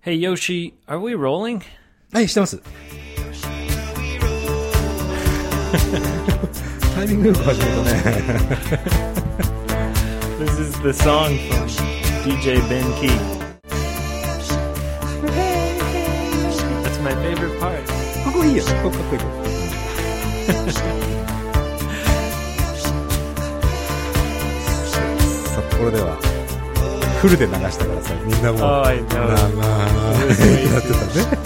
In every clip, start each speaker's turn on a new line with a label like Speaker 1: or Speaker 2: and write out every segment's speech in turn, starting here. Speaker 1: Hey Yoshi, are we rolling?
Speaker 2: はい、してます。タイミングよく始めたね。
Speaker 1: This is the song from DJ Ben Key. That's my favorite part.
Speaker 2: ここいいよ。ここかっこいい。札幌では、フルで流したからさ、みんなもう、
Speaker 1: Oh, I
Speaker 2: な
Speaker 1: know.
Speaker 2: あなあなあ
Speaker 1: It was way
Speaker 2: やってた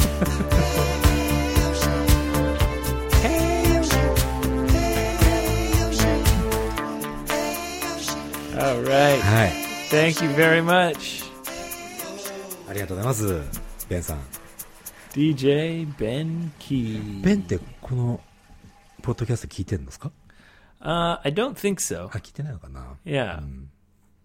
Speaker 2: ね。
Speaker 1: All right.
Speaker 2: はい。
Speaker 1: Thank you very much,
Speaker 2: ありがとうございます。ベンさん。
Speaker 1: DJ Ben Key.
Speaker 2: ベンって、この、ポッドキャスト聞いてるんですか
Speaker 1: Uh, I Hmm. don't think so.
Speaker 2: あ、聞いてないのかな
Speaker 1: Yeah,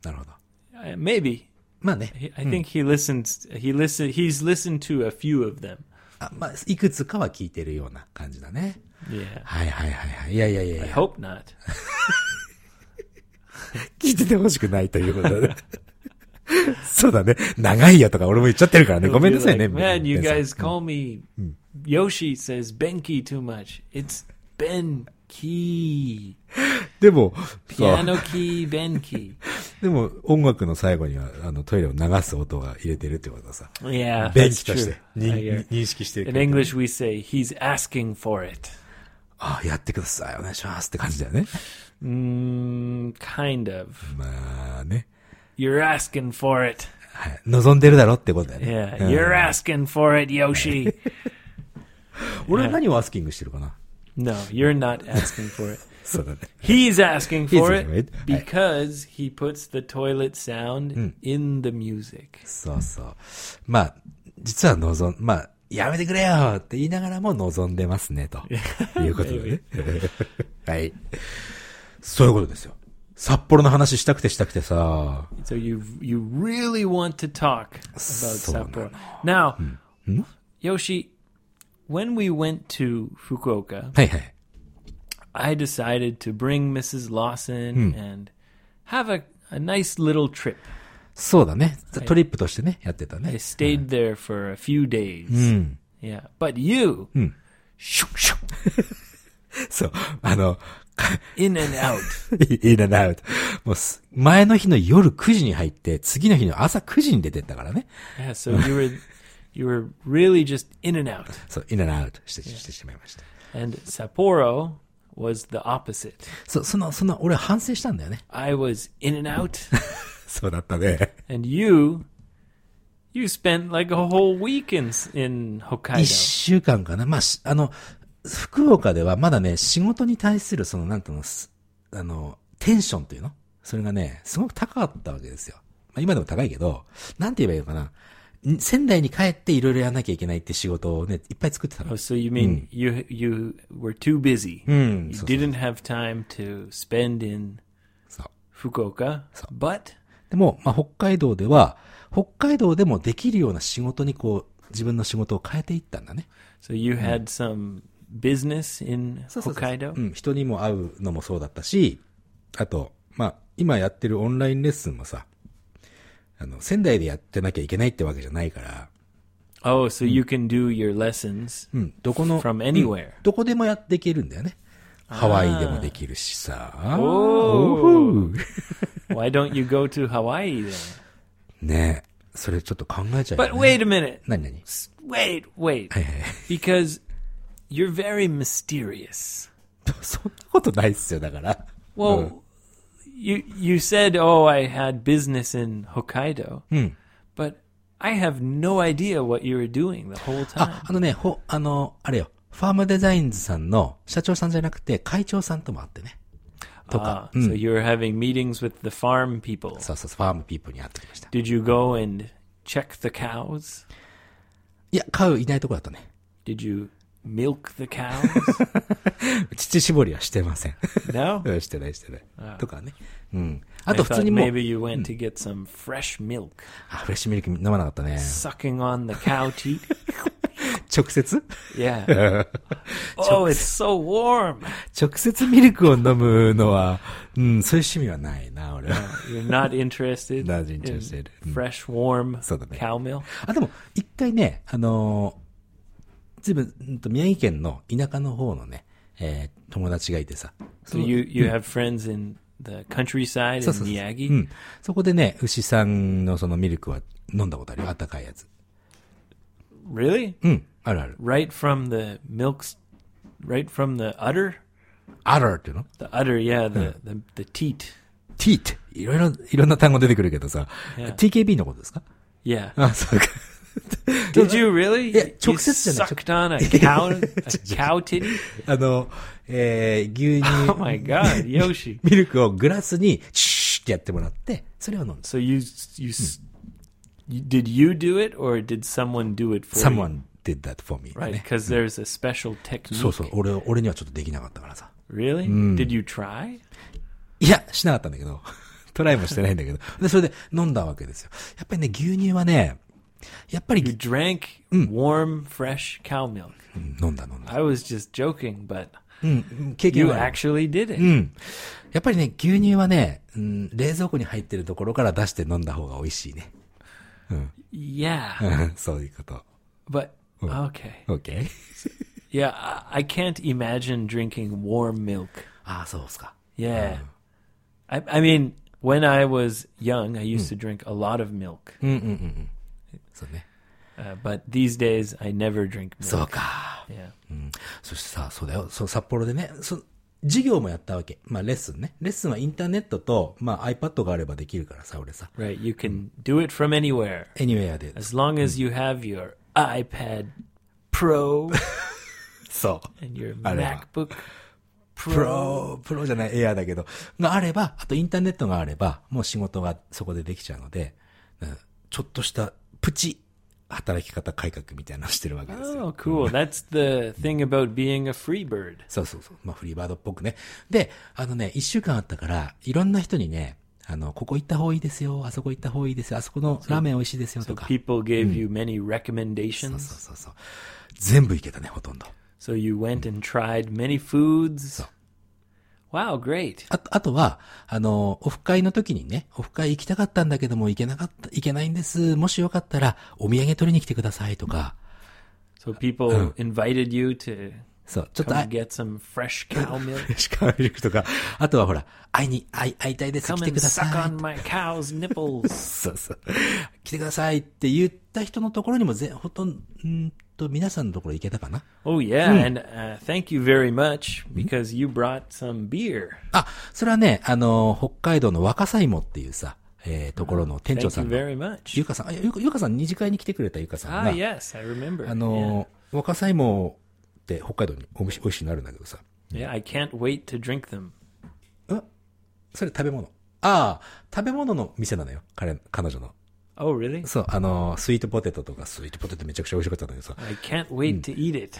Speaker 2: なるほど。
Speaker 1: Uh, maybe.
Speaker 2: まあね
Speaker 1: He- I。think he listens. He listen. He's listened to a few of them.
Speaker 2: あまあ、いくつかは聞いてるような感じだね。
Speaker 1: Yeah.
Speaker 2: はいはいはいはい。いやいやいや
Speaker 1: I
Speaker 2: いや。
Speaker 1: hope not.
Speaker 2: 聞いててほしくないということだね。 そうだね。長いやとか俺も言っちゃってるからね。ごめんなさいね。
Speaker 1: He'll be like, Man, you
Speaker 2: ベンさ
Speaker 1: guys
Speaker 2: ん
Speaker 1: call me Yoshi says Benki too much. It's Benki.
Speaker 2: でも、そう。
Speaker 1: Piano key Benki.
Speaker 2: でも音楽の最後にはあのトイレを流す音が入れてるってことださ。
Speaker 1: Yeah,
Speaker 2: 便
Speaker 1: that's
Speaker 2: 器として
Speaker 1: true.
Speaker 2: に
Speaker 1: I hear.
Speaker 2: 認識してる
Speaker 1: In
Speaker 2: けど。
Speaker 1: English, we say he's asking for it.
Speaker 2: あやってください。お願いしますって感じだよね。
Speaker 1: Mm, kind of.
Speaker 2: まあね。
Speaker 1: You're asking for it.
Speaker 2: はい。望んでるだろってことだよね。
Speaker 1: Yeah,
Speaker 2: うん
Speaker 1: you're asking for it, Yoshi.
Speaker 2: 俺は何をアスキングしてるかな
Speaker 1: no, you're not asking for it.
Speaker 2: そうだね。
Speaker 1: He's asking for
Speaker 2: He's
Speaker 1: it Hmm.
Speaker 2: right.
Speaker 1: because he puts the toilet sound in the music.
Speaker 2: そうそう。まあ、実は望ん、まあ、やめてくれよって言いながらも望んでますね、ということでね。はい。そういうことですよ。札幌の話したくてしたくてさ、
Speaker 1: So you you really want to talk about Sapporo. Now, Yoshi, when we went to Fukuoka,
Speaker 2: はいはい。
Speaker 1: I decided to bring Mrs. Lawson and have a, a nice little trip.
Speaker 2: そうだね。トリップとしてね、やってた
Speaker 1: I
Speaker 2: ね。
Speaker 1: stayed there for a few days. Yeah, but you shoo, shoo,
Speaker 2: そう。あの、
Speaker 1: in and out.
Speaker 2: いいななうともうす、前の日の夜9時に入って、次の日の朝9時に出てったからね。
Speaker 1: Yeah, so you were you were really just in and out.
Speaker 2: そう、いななうとして、してしまいました。
Speaker 1: And Sapporo was the opposite.
Speaker 2: そう、その、その、俺反省したんだよね。
Speaker 1: I was in and out.
Speaker 2: そうだったね。
Speaker 1: and you you spent like a whole week in in
Speaker 2: 一
Speaker 1: Hokkaido.
Speaker 2: 週間かな。まあ、しあの、福岡ではまだね、仕事に対する、その、なんていうの、すあの、テンションっていうのそれがね、すごく高かったわけですよ。まあ、今でも高いけど、なんて言えばいいのかな。ん仙台に帰っていろいろやらなきゃいけないって仕事をね、いっぱい作ってた
Speaker 1: Oh,
Speaker 2: の。
Speaker 1: so you mean you you were too busy.
Speaker 2: Mm,
Speaker 1: you
Speaker 2: so- so-
Speaker 1: didn't have time to spend in
Speaker 2: そう。
Speaker 1: Fukuoka. But
Speaker 2: でも、まあ、北海道では、北海道でもできるような仕事にこう、自分の仕事を変えていったんだね。
Speaker 1: so you had some business in
Speaker 2: そうそうそう
Speaker 1: Hokkaido.
Speaker 2: うん、人にも会うのもそうだったし、あと、まあ、今やってるオンラインレッスンもさ、あの、仙台でやってなきゃいけないってわけじゃないから、
Speaker 1: Oh, so you can do your lessons
Speaker 2: うん、どこの、
Speaker 1: from anywhere.
Speaker 2: どこでもやっていけるんだよね。ハワイでもできるしさ。
Speaker 1: Oh.
Speaker 2: おう
Speaker 1: Why don't you go to Hawaii then?
Speaker 2: ねえ、それちょっと考えちゃうよ、
Speaker 1: But
Speaker 2: ね。
Speaker 1: wait a minute.
Speaker 2: 何何
Speaker 1: S- Wait, wait.
Speaker 2: はい はいはい。
Speaker 1: Because you're very mysterious.
Speaker 2: そんなことないっすよ、だから。
Speaker 1: Well,
Speaker 2: Mm.
Speaker 1: you you said, "Oh, I had business in Hokkaido," but I have no idea what you were doing the whole time.
Speaker 2: あ、あのね、ほ、あの、あれよ、ファームデザインズさんの社長さんじゃなくて会長さんとも会ってね。とか
Speaker 1: Ah,、so you were having meetings with the farm people.
Speaker 2: そうそう、ファームピープルに会ってきました。
Speaker 1: Did you go and check the cows?
Speaker 2: いや、飼ういないとこだったね。
Speaker 1: Did you milk the cows?
Speaker 2: 乳搾りはしてません。
Speaker 1: no.
Speaker 2: うんしてないしてない。とかね。うん。あ
Speaker 1: I
Speaker 2: と普通
Speaker 1: thought
Speaker 2: にもう、
Speaker 1: maybe you went to get some fresh milk,
Speaker 2: あ、フレッシュミルク飲まなかったね。
Speaker 1: sucking on the cow teat.
Speaker 2: 直 接
Speaker 1: Yeah. oh, it's so warm.
Speaker 2: 直接ミルクを飲むのは、うん、そういう趣味はないな、俺俺は。
Speaker 1: You're not interested.
Speaker 2: Not
Speaker 1: in
Speaker 2: interested. Mm. うん
Speaker 1: fresh, warm
Speaker 2: そうだね
Speaker 1: cow milk.
Speaker 2: あ、でも、一回ね、あのー、ずいぶんうんと、宮城県の田舎の方のね、えー友達がいてさ。
Speaker 1: So
Speaker 2: の
Speaker 1: you you have friends in the countryside in
Speaker 2: そうそうそうう
Speaker 1: Miyagi.
Speaker 2: ん。そこでね、牛さんのそのミルクは飲んだことあるよ。あったかいやつ。
Speaker 1: Really?
Speaker 2: うん。あるある。
Speaker 1: Right from the milk's, right from the udder.
Speaker 2: あるあるっていうの
Speaker 1: The udder, yeah. The the, the teat.
Speaker 2: ?teat。いろいろ、いろんな単語出てくるけどさ。
Speaker 1: Yeah.
Speaker 2: TKB のことですか
Speaker 1: Yeah.
Speaker 2: あ、そうか。
Speaker 1: Did you really?
Speaker 2: Yeah,
Speaker 1: you
Speaker 2: 直接じゃない。
Speaker 1: sucked on a cow a cow titty?
Speaker 2: あの、えー、牛乳
Speaker 1: Oh my god, Yoshi.
Speaker 2: ミルクをグラスに、シューってやってもらって、それを飲む。
Speaker 1: So you you,
Speaker 2: Hmm.
Speaker 1: s you did you do it or did someone do it for you?
Speaker 2: Someone Mm. did that for me.
Speaker 1: Right,
Speaker 2: ね
Speaker 1: because there's a special technique.
Speaker 2: そうそう。俺、俺にはちょっとできなかったからさ。
Speaker 1: Really? Did you try?
Speaker 2: いや、しなかったんだけど。トライもしてないんだけど。で、それで飲んだわけですよ。やっぱりね、牛乳はね、やっぱり
Speaker 1: You drank warm, fresh cow milk.
Speaker 2: うん飲んだ飲んだ。
Speaker 1: I was just joking, but
Speaker 2: うん、経
Speaker 1: you
Speaker 2: 験はある。
Speaker 1: actually did it.
Speaker 2: うん。やっぱりね、牛乳はね、うん、冷蔵庫に入ってるところから出して飲んだ方が美味しいね。
Speaker 1: Yeah,
Speaker 2: うんそういうこと。
Speaker 1: but okay.
Speaker 2: OK?
Speaker 1: Yeah, I, I can't imagine drinking warm milk.
Speaker 2: ああ、そうですか。
Speaker 1: Yeah. I, I mean, when I was young, I used to drink a lot of milk.
Speaker 2: うんうんうんうん。そうね。
Speaker 1: Uh, but these days, I never drink milk.
Speaker 2: そうか。
Speaker 1: Yeah.
Speaker 2: そしてさ、そうだよ。そう、札幌でね、そ授業もやったわけ。まあ、レッスンね。レッスンはインターネットと、まあ、iPad があればできるからさ、俺さ。
Speaker 1: Right, you can do it from anywhere.
Speaker 2: Anywhere で。
Speaker 1: As long as you have your iPad Pro
Speaker 2: そう。
Speaker 1: and your
Speaker 2: あれは。
Speaker 1: MacBook
Speaker 2: プ
Speaker 1: Pro.
Speaker 2: ロ、プロじゃない、エアーだけど、があれば、あとインターネットがあれば、もう仕事がそこでできちゃうので、うんちょっとした、プチ、働き方改革みたいなのをしてるわけですよ。
Speaker 1: Oh, cool. That's the thing about being a free bird.
Speaker 2: そうそうそう。まあ、フリーバードっぽくね。で、あのね、一週間あったから、いろんな人にね、あの、ここ行った方がいいですよ、あそこ行った方がいいですよ、あそこのラーメン美味しいですよと
Speaker 1: So
Speaker 2: か。
Speaker 1: people gave you many
Speaker 2: そう
Speaker 1: recommendations.
Speaker 2: そうそうそう。全部行けたね、ほとんど。
Speaker 1: So you went and tried many foods. Wow, great.
Speaker 2: あと、あとは、あの、オフ会の時にね、オフ会行きたかったんだけども行けなかった、行けないんです。もしよかったら、お土産取りに来てくださいとか、
Speaker 1: So people invited you to
Speaker 2: そう、ちょっと、あ
Speaker 1: come、get some fresh cow milk.
Speaker 2: しかミルクとか、あとはほら、会いに、会い、会いたいです。来
Speaker 1: Come
Speaker 2: てく
Speaker 1: and
Speaker 2: ださ
Speaker 1: suck
Speaker 2: い。
Speaker 1: on my cow's nipples.
Speaker 2: そうそう。来てくださいって言った人のところにもぜ、ほとんど、んーと、皆さんのところ行けたかな
Speaker 1: Oh, yeah. And uh, thank you very much because you brought some beer.
Speaker 2: あ、それはね、あの、北海道の若さ芋っていうさ、えーところの店長
Speaker 1: Thank
Speaker 2: さ
Speaker 1: you
Speaker 2: んが、
Speaker 1: very much.
Speaker 2: ゆかさん、あゆかゆかさん二次会に来てくれたゆかさ
Speaker 1: Ah,
Speaker 2: んが、
Speaker 1: yes, I remember.
Speaker 2: あの、若さ芋って北海道においし美味しいのあるんだけどさ、
Speaker 1: yeah. yeah, I can't wait to drink them.
Speaker 2: うんそれ食べ物。ああ、食べ物の店なのよ、彼、彼女の。
Speaker 1: Oh, really?
Speaker 2: そう、あの、スイートポテトとか、スイートポテトめちゃくちゃ美味しかったんだけどさ、
Speaker 1: I can't wait to eat it.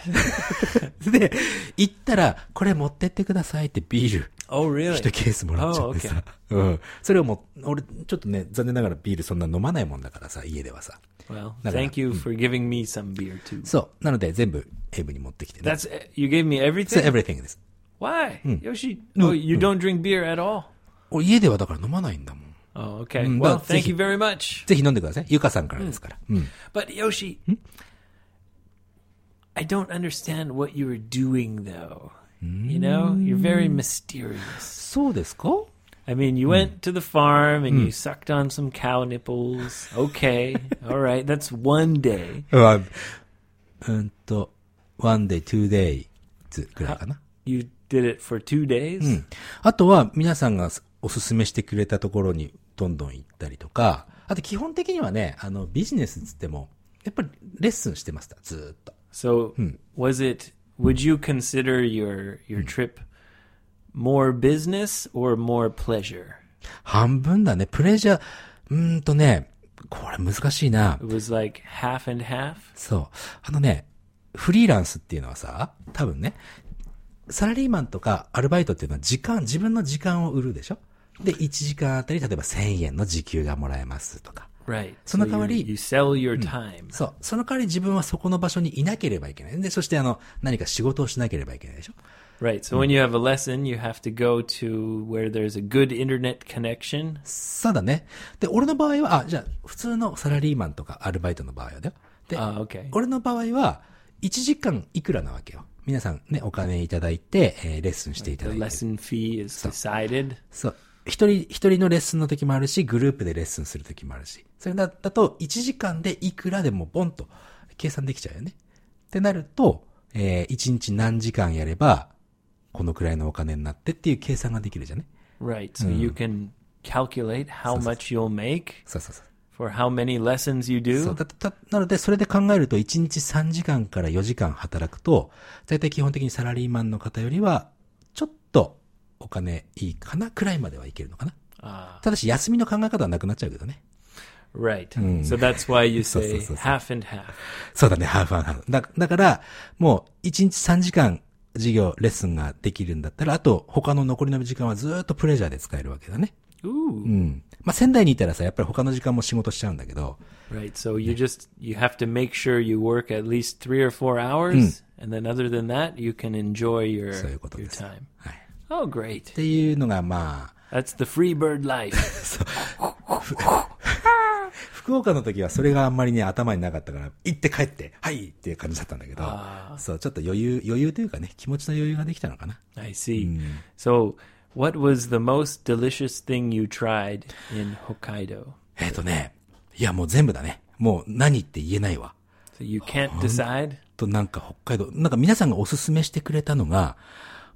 Speaker 2: で、行ったら、これ持ってってくださいってビール、
Speaker 1: Oh, really?
Speaker 2: 一ケースもらっちゃってさ。うん。それをもう、俺、ちょっとね、残念ながらビールそんな飲まないもんだからさ、家ではさ。
Speaker 1: Well,
Speaker 2: だから、
Speaker 1: thank you for giving me some beer too.
Speaker 2: そう。なので、全部、エイブに持ってきてね。
Speaker 1: That's uh, you gave me
Speaker 2: そ
Speaker 1: everything.
Speaker 2: う、everything です。
Speaker 1: Why, Yoshi? Oh, you don't drink beer at all.
Speaker 2: 俺、家ではだから飲まないんだもん。
Speaker 1: Oh, okay.
Speaker 2: うん、
Speaker 1: well,
Speaker 2: だから、
Speaker 1: thank
Speaker 2: ぜひ。
Speaker 1: you very much.
Speaker 2: ぜひ飲んでください。ゆかさんからですから。うん。
Speaker 1: But Yoshi, I don't understand what you were doing though. You know, you're very mysterious.
Speaker 2: そうですか
Speaker 1: I mean, you went to the farm and you sucked on some cow nipples. Okay, all right, that's one day.
Speaker 2: うん。うんと、one day, two days ぐらいかな。
Speaker 1: You did it for two days.
Speaker 2: あとは、皆さんがおすすめしてくれたところにどんどん行ったりとか、あと基本的にはね、あの、ビジネスっつっても、やっぱりレッスンしてました、ずーっと。
Speaker 1: So,
Speaker 2: Hmm.
Speaker 1: was it? Would you consider your your trip more business or more pleasure?
Speaker 2: 半分だね。プレジャー、うーんとね、これ難しいな
Speaker 1: It。was like half and half.
Speaker 2: そう。あのね、フリーランスっていうのはさ、多分ね、サラリーマンとかアルバイトっていうのは時間、自分の時間を売るでしょで、1時間あたり、例えば1000円の時給がもらえますとか。
Speaker 1: Right.
Speaker 2: その代わり、
Speaker 1: you, you sell
Speaker 2: Hmm.
Speaker 1: your time.
Speaker 2: そう。その代わり自分はそこの場所にいなければいけない。で、そしてあの、何か仕事をしなければいけないでしょ
Speaker 1: Right. So when you have a lesson, you have to go to where there's a good internet connection.
Speaker 2: そうだね。で、俺の場合は、あ、じゃあ、普通のサラリーマンとかアルバイトの場合はだよ。で、
Speaker 1: Ah, okay.
Speaker 2: 俺の場合は、1時間いくらなわけよ。皆さんね、お金いただいて、えーレッスンしていた
Speaker 1: The
Speaker 2: だいて。
Speaker 1: lesson fee is decided.
Speaker 2: そう。一人、一人のレッスンの時もあるし、グループでレッスンする時もあるし。それだだと、1時間でいくらでもボンと計算できちゃうよね。ってなると、え1日何時間やれば、このくらいのお金になってっていう計算ができるじゃんね。
Speaker 1: Right. So
Speaker 2: Hmm.
Speaker 1: you can calculate how much you'll make
Speaker 2: そうそうそう。
Speaker 1: for how many lessons you
Speaker 2: そ
Speaker 1: do.
Speaker 2: うだだなので、それで考えると、1日3時間から4時間働くと、大体基本的にサラリーマンの方よりは、ちょっとお金いいかなくらいまではいけるのかな。
Speaker 1: Ah,
Speaker 2: ただし、休みの考え方はなくなっちゃうけどね。
Speaker 1: right. So that's why you
Speaker 2: Hmm. So, so,
Speaker 1: say
Speaker 2: so, so.
Speaker 1: half and half.
Speaker 2: そうだね、ハーフハーフ。だだから、もう1日3時間授業、レッスンができるんだったら、あと他の残りの時間はずーっとプレジャーで使えるわけだね。う
Speaker 1: Ooh.
Speaker 2: ん。まあ、仙台にいたらさ、やっぱり他の時間も仕事しちゃうんだけど、
Speaker 1: Right. So you just you have to make sure you work at least 3 or 4 hours and then other than that you can enjoy your
Speaker 2: そういうことで
Speaker 1: your
Speaker 2: す。はい。
Speaker 1: time.
Speaker 2: っ
Speaker 1: Oh, great.
Speaker 2: ていうのが、まあ、
Speaker 1: That's the free bird life.
Speaker 2: 福岡の時はそれがあんまりね、頭になかったから、行って帰って、はいっていう感じだったんだけど、そう、ちょっと余裕、余裕というかね、気持ちの余裕ができたのかな。
Speaker 1: I see. So, what was the most delicious thing you tried in Hokkaido?
Speaker 2: えっ、とね、いやもう全部だね。もう何って言えないわ。
Speaker 1: So you can't decide.
Speaker 2: となんか北海道、なんか皆さんがおすすめしてくれたのが、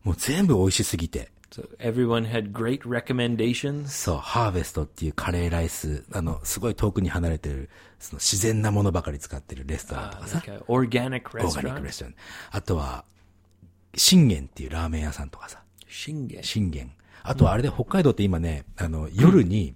Speaker 2: もう全部美味しすぎて。
Speaker 1: So everyone had great recommendations.
Speaker 2: そう、ハーベストっていうカレーライス、あの、すごい遠くに離れてる、その自然なものばかり使ってるレストランと
Speaker 1: Uh,
Speaker 2: かさ、
Speaker 1: like an organic
Speaker 2: オーガニック
Speaker 1: restaurant.
Speaker 2: レストラン。あとは、信玄っていうラーメン屋さんとかさ、
Speaker 1: Shinge.
Speaker 2: 信玄。あとはあれで北海道って今ね、あの、夜に、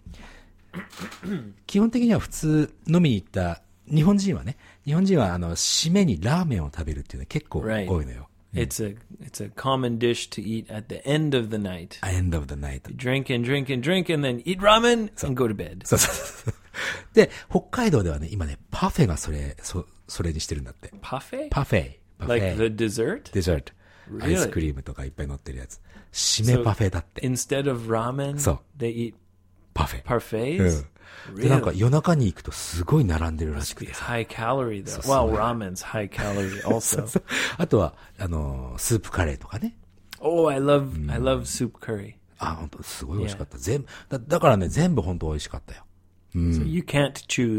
Speaker 2: 基本的には普通飲みに行った、日本人はね、日本人はあの、締めにラーメンを食べるっていうのは結構多い
Speaker 1: Right.
Speaker 2: のよ。
Speaker 1: It's a it's a common dish to eat at the end of the night.
Speaker 2: end of the night.
Speaker 1: Drink and drink and drink and then eat ramen and go to bed.
Speaker 2: そうそうそう。で、北海道ではね、今ね、パフェがそれ、そ、それにしてるんだって。
Speaker 1: Parfait?
Speaker 2: パフェ。パフ
Speaker 1: Like
Speaker 2: ェ。
Speaker 1: the dessert?
Speaker 2: デザート。
Speaker 1: Really?
Speaker 2: アイスクリームとかいっぱい乗ってるやつ。締めパフェだって。
Speaker 1: Instead of ramen,
Speaker 2: So.
Speaker 1: they eat
Speaker 2: パフェ。
Speaker 1: parfaits.
Speaker 2: うん。で、なんか夜中に行くとすごい並んでるらしくて
Speaker 1: It's。High calorie though. Well, ramen's high calorie also.
Speaker 2: そうあとは、あのー、スープカレーとかね。
Speaker 1: Oh, I love I love soup curry.
Speaker 2: あ、本当すごい美味しかった。全部、だだからね、全部本当美味しかったよ。
Speaker 1: So you can't Mm.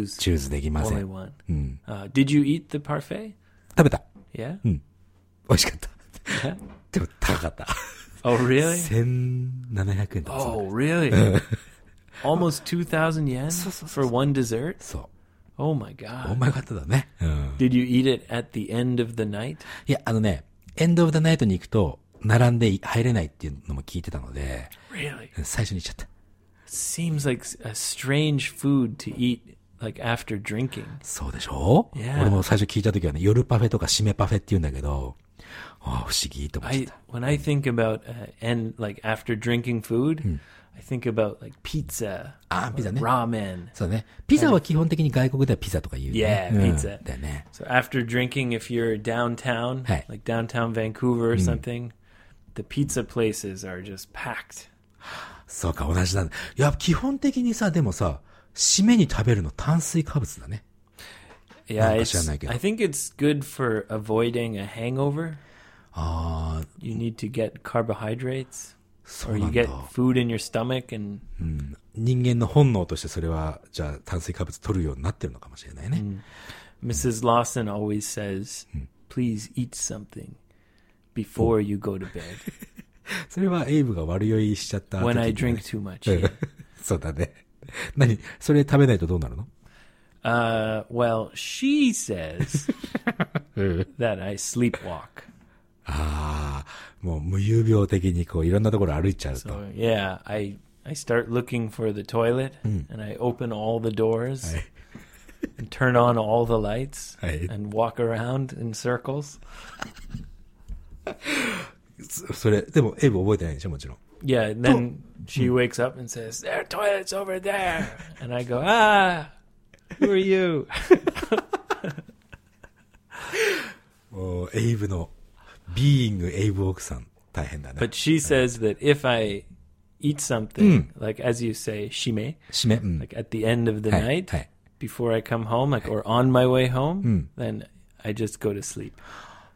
Speaker 1: choose
Speaker 2: チューズできませ
Speaker 1: only
Speaker 2: ん。
Speaker 1: one. Uh, did you eat the parfait?
Speaker 2: 食べた。
Speaker 1: Yeah.
Speaker 2: 美味しかった。
Speaker 1: Yeah?
Speaker 2: でも高かった。
Speaker 1: Oh, really?
Speaker 2: 1700円とかそ
Speaker 1: Oh, really? Almost two thousand yen for one dessert.
Speaker 2: う。そう。
Speaker 1: Oh my
Speaker 2: お
Speaker 1: god!
Speaker 2: 前方だね。うん。
Speaker 1: Did you eat it at the end of the night?
Speaker 2: いや、あのね、エンドオブダナイトに行くと、並んで入れないっていうのも聞いてたので、
Speaker 1: Really?
Speaker 2: 最初に行っちゃった。
Speaker 1: Seems like s- a strange food to eat like after drinking.
Speaker 2: そうでしょ
Speaker 1: Yeah.
Speaker 2: 俺も最初聞いた時はね、夜パフェとか締めパフェって言うんだけど、ああ、不思議と思っちゃっ
Speaker 1: I
Speaker 2: た。
Speaker 1: when I think about uh, and like after drinking food, I think about like Hmm. Ah, pizza,
Speaker 2: ああ、ピザね。
Speaker 1: ramen.
Speaker 2: そうね。ピザは基本的に外国ではピザとか言う、ね。
Speaker 1: Yeah,
Speaker 2: うん
Speaker 1: pizza.
Speaker 2: だよね。
Speaker 1: So after drinking, if you're downtown,
Speaker 2: Hey.
Speaker 1: like downtown Vancouver or something, the pizza places are just packed.
Speaker 2: そうか、同じなんだ。いや、基本的にさ、でもさ、締めに食べるの炭水化物だね。
Speaker 1: Yeah,
Speaker 2: なんか
Speaker 1: it's,
Speaker 2: 知らないけど。
Speaker 1: I think it's good for avoiding a hangover.
Speaker 2: ああ、
Speaker 1: You need to get carbohydrates,
Speaker 2: そ
Speaker 1: or
Speaker 2: うな
Speaker 1: you
Speaker 2: んだ
Speaker 1: get。food in your stomach, and
Speaker 2: 人間の本能としてそれは、じゃあ炭水化物取るようになってるのかもしれないね。
Speaker 1: Mrs. Lawson always says, "Please eat something before you go to bed."
Speaker 2: それはエイブが悪酔いしちゃった時に
Speaker 1: When
Speaker 2: ね、
Speaker 1: I drink too much,
Speaker 2: そうだね。 何それ食べないとどうなるの
Speaker 1: uh, well, she says that I sleepwalk.
Speaker 2: ああ、もう無遊病的にこういろんなところ歩いちゃうと。
Speaker 1: So yeah, I I start looking for the toilet and I open all the doors
Speaker 2: Aye.
Speaker 1: and turn on all the lights
Speaker 2: Aye.
Speaker 1: and walk around in circles.
Speaker 2: そそれ、でもエイブ覚えてないでしょもちろん。
Speaker 1: Yeah, and then she wakes up and says, "There, toilet's over there," and I go, "Ah, who are you?"
Speaker 2: おーエイブの、ビーイングエイブ奥さん。大変だね
Speaker 1: But。she says that if I eat something, like as you say, shime,
Speaker 2: 締め、うん。
Speaker 1: like at the end of the
Speaker 2: はい
Speaker 1: night,
Speaker 2: はい
Speaker 1: before I come home, like or on my way home, then I just go to sleep.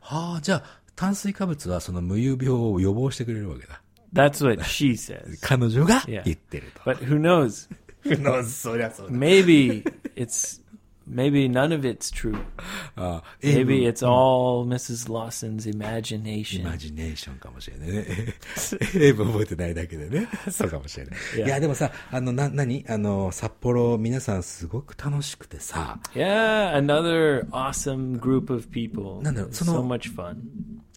Speaker 2: はあ、じゃあ、炭水化物はその無遊病を予防してくれるわけだ。
Speaker 1: That's what she says.
Speaker 2: 彼女が
Speaker 1: Yeah.
Speaker 2: 言ってると。
Speaker 1: But who knows?
Speaker 2: のそりゃ そうだ
Speaker 1: Maybe it's maybe none of it's true.
Speaker 2: ああ、え
Speaker 1: Maybe it's all Mrs. Lawson's
Speaker 2: イ
Speaker 1: imagination.
Speaker 2: マジネーションかもしれ ないね。英文覚えてないだけでね。 そうかもしれない。い
Speaker 1: Yeah.
Speaker 2: や、でもさ、あの、な、なにあの、札幌、皆さんすごく楽しくてさ、
Speaker 1: Yeah, another awesome group of people.
Speaker 2: なんだろう、
Speaker 1: It's
Speaker 2: その-
Speaker 1: so much fun.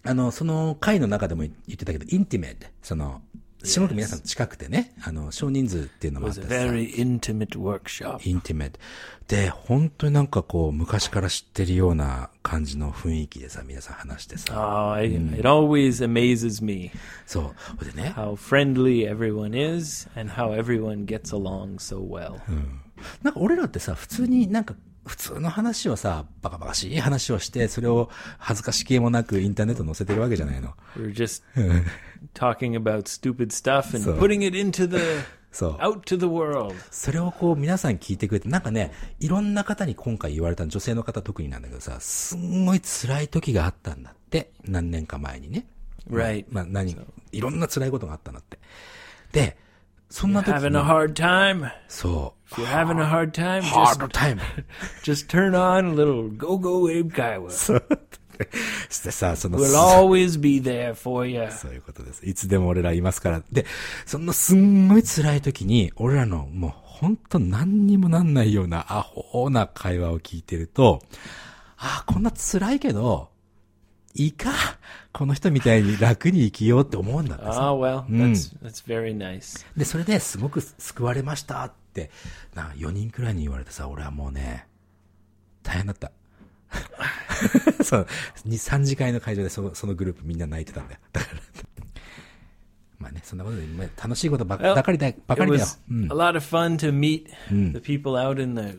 Speaker 2: あの、その回の中でも言ってたけど、インティメット、その、すごく皆さん近くてね、あの、少人数っていうの
Speaker 1: It
Speaker 2: もあ
Speaker 1: was
Speaker 2: って
Speaker 1: a
Speaker 2: さ、
Speaker 1: very intimate workshop.
Speaker 2: インティメット。で、本当になんかこう、昔から知ってるような感じの雰囲気でさ、皆さん話してさ、
Speaker 1: Oh, I, it always amazes me
Speaker 2: そう。ほいでね、
Speaker 1: how friendly everyone is and how everyone gets along so well.
Speaker 2: なんか俺らってさ、普通になんか、普通の話をさ、バカバカしい話をして、それを恥ずかしげもなくインターネットに載せてるわけじゃないの。
Speaker 1: We're just talking about stupid stuff and
Speaker 2: So-
Speaker 1: putting it into the
Speaker 2: そう。
Speaker 1: out to the world.
Speaker 2: それをこう皆さん聞いてくれて、なんかね、いろんな方に今回言われた、女性の方特になんだけどさ、すんごい辛い時があったんだって、何年か前にね。
Speaker 1: Right.
Speaker 2: まあ何、いろんな辛いことがあったんだって。で、そん
Speaker 1: You're
Speaker 2: な時
Speaker 1: having
Speaker 2: に
Speaker 1: a、hard time.
Speaker 2: そう、
Speaker 1: If you're having a hard time,
Speaker 2: ハー
Speaker 1: just
Speaker 2: ドタイム。
Speaker 1: just turn on a little Go Go Abe Kaiwa.
Speaker 2: そう。 してさ、そ の、
Speaker 1: We'll always be there for you.
Speaker 2: そういうことです。いつでも俺らいますから。で、そのすんごい辛い時に、俺らのもう本当何にもなんないようなアホな会話を聞いてると、ああ、こんな辛いけど、いいか、この人みたいに楽に生きようって思うんだってさ。
Speaker 1: Ah, well, that's that's very nice.
Speaker 2: で、それですごく救われましたって、な4人くらいに言われてさ、俺はもうね、大変だった。 そう、2、3次会の会場でそのそのグループみんな泣いてたんだよ。だから。 まあね、そんなことで、まあ楽しいことばっ
Speaker 1: Well,
Speaker 2: ばかりだよ。ばか
Speaker 1: It
Speaker 2: りだよ
Speaker 1: was。a lot of fun to meet the people out in the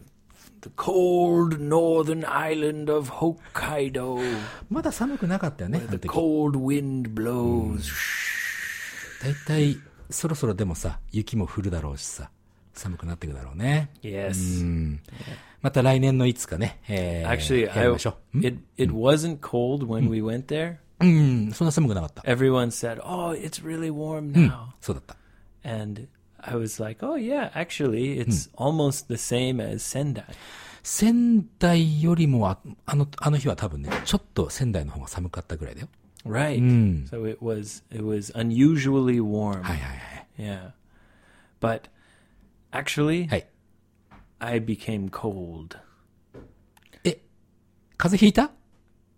Speaker 1: the cold northern island of Hokkaido.
Speaker 2: まだ寒くなかったよね、あの
Speaker 1: The
Speaker 2: 時。
Speaker 1: cold wind blows.
Speaker 2: 大体、そろそろでもさ、雪も降るだろうしさ、寒くなってくだろうね。
Speaker 1: Yes.
Speaker 2: また来年のいつかね、えー、
Speaker 1: Actually,
Speaker 2: やりまし
Speaker 1: I
Speaker 2: ょう。ん
Speaker 1: it it wasn't cold when we went there.
Speaker 2: うん、そんな寒くなかった。
Speaker 1: Everyone said, "Oh, it's really warm now,"
Speaker 2: そうだった。
Speaker 1: and I was like, "Oh yeah, actually, it's almost the same as Sendai."
Speaker 2: 仙台よりもあ、あの、あの日は多分ね、ちょっと仙台の方が寒かったぐらいだよ。
Speaker 1: Right. So it was it was unusually warm.
Speaker 2: はいはいはい。
Speaker 1: Yeah. But actually,
Speaker 2: はい。
Speaker 1: I became cold.
Speaker 2: え、風邪ひいた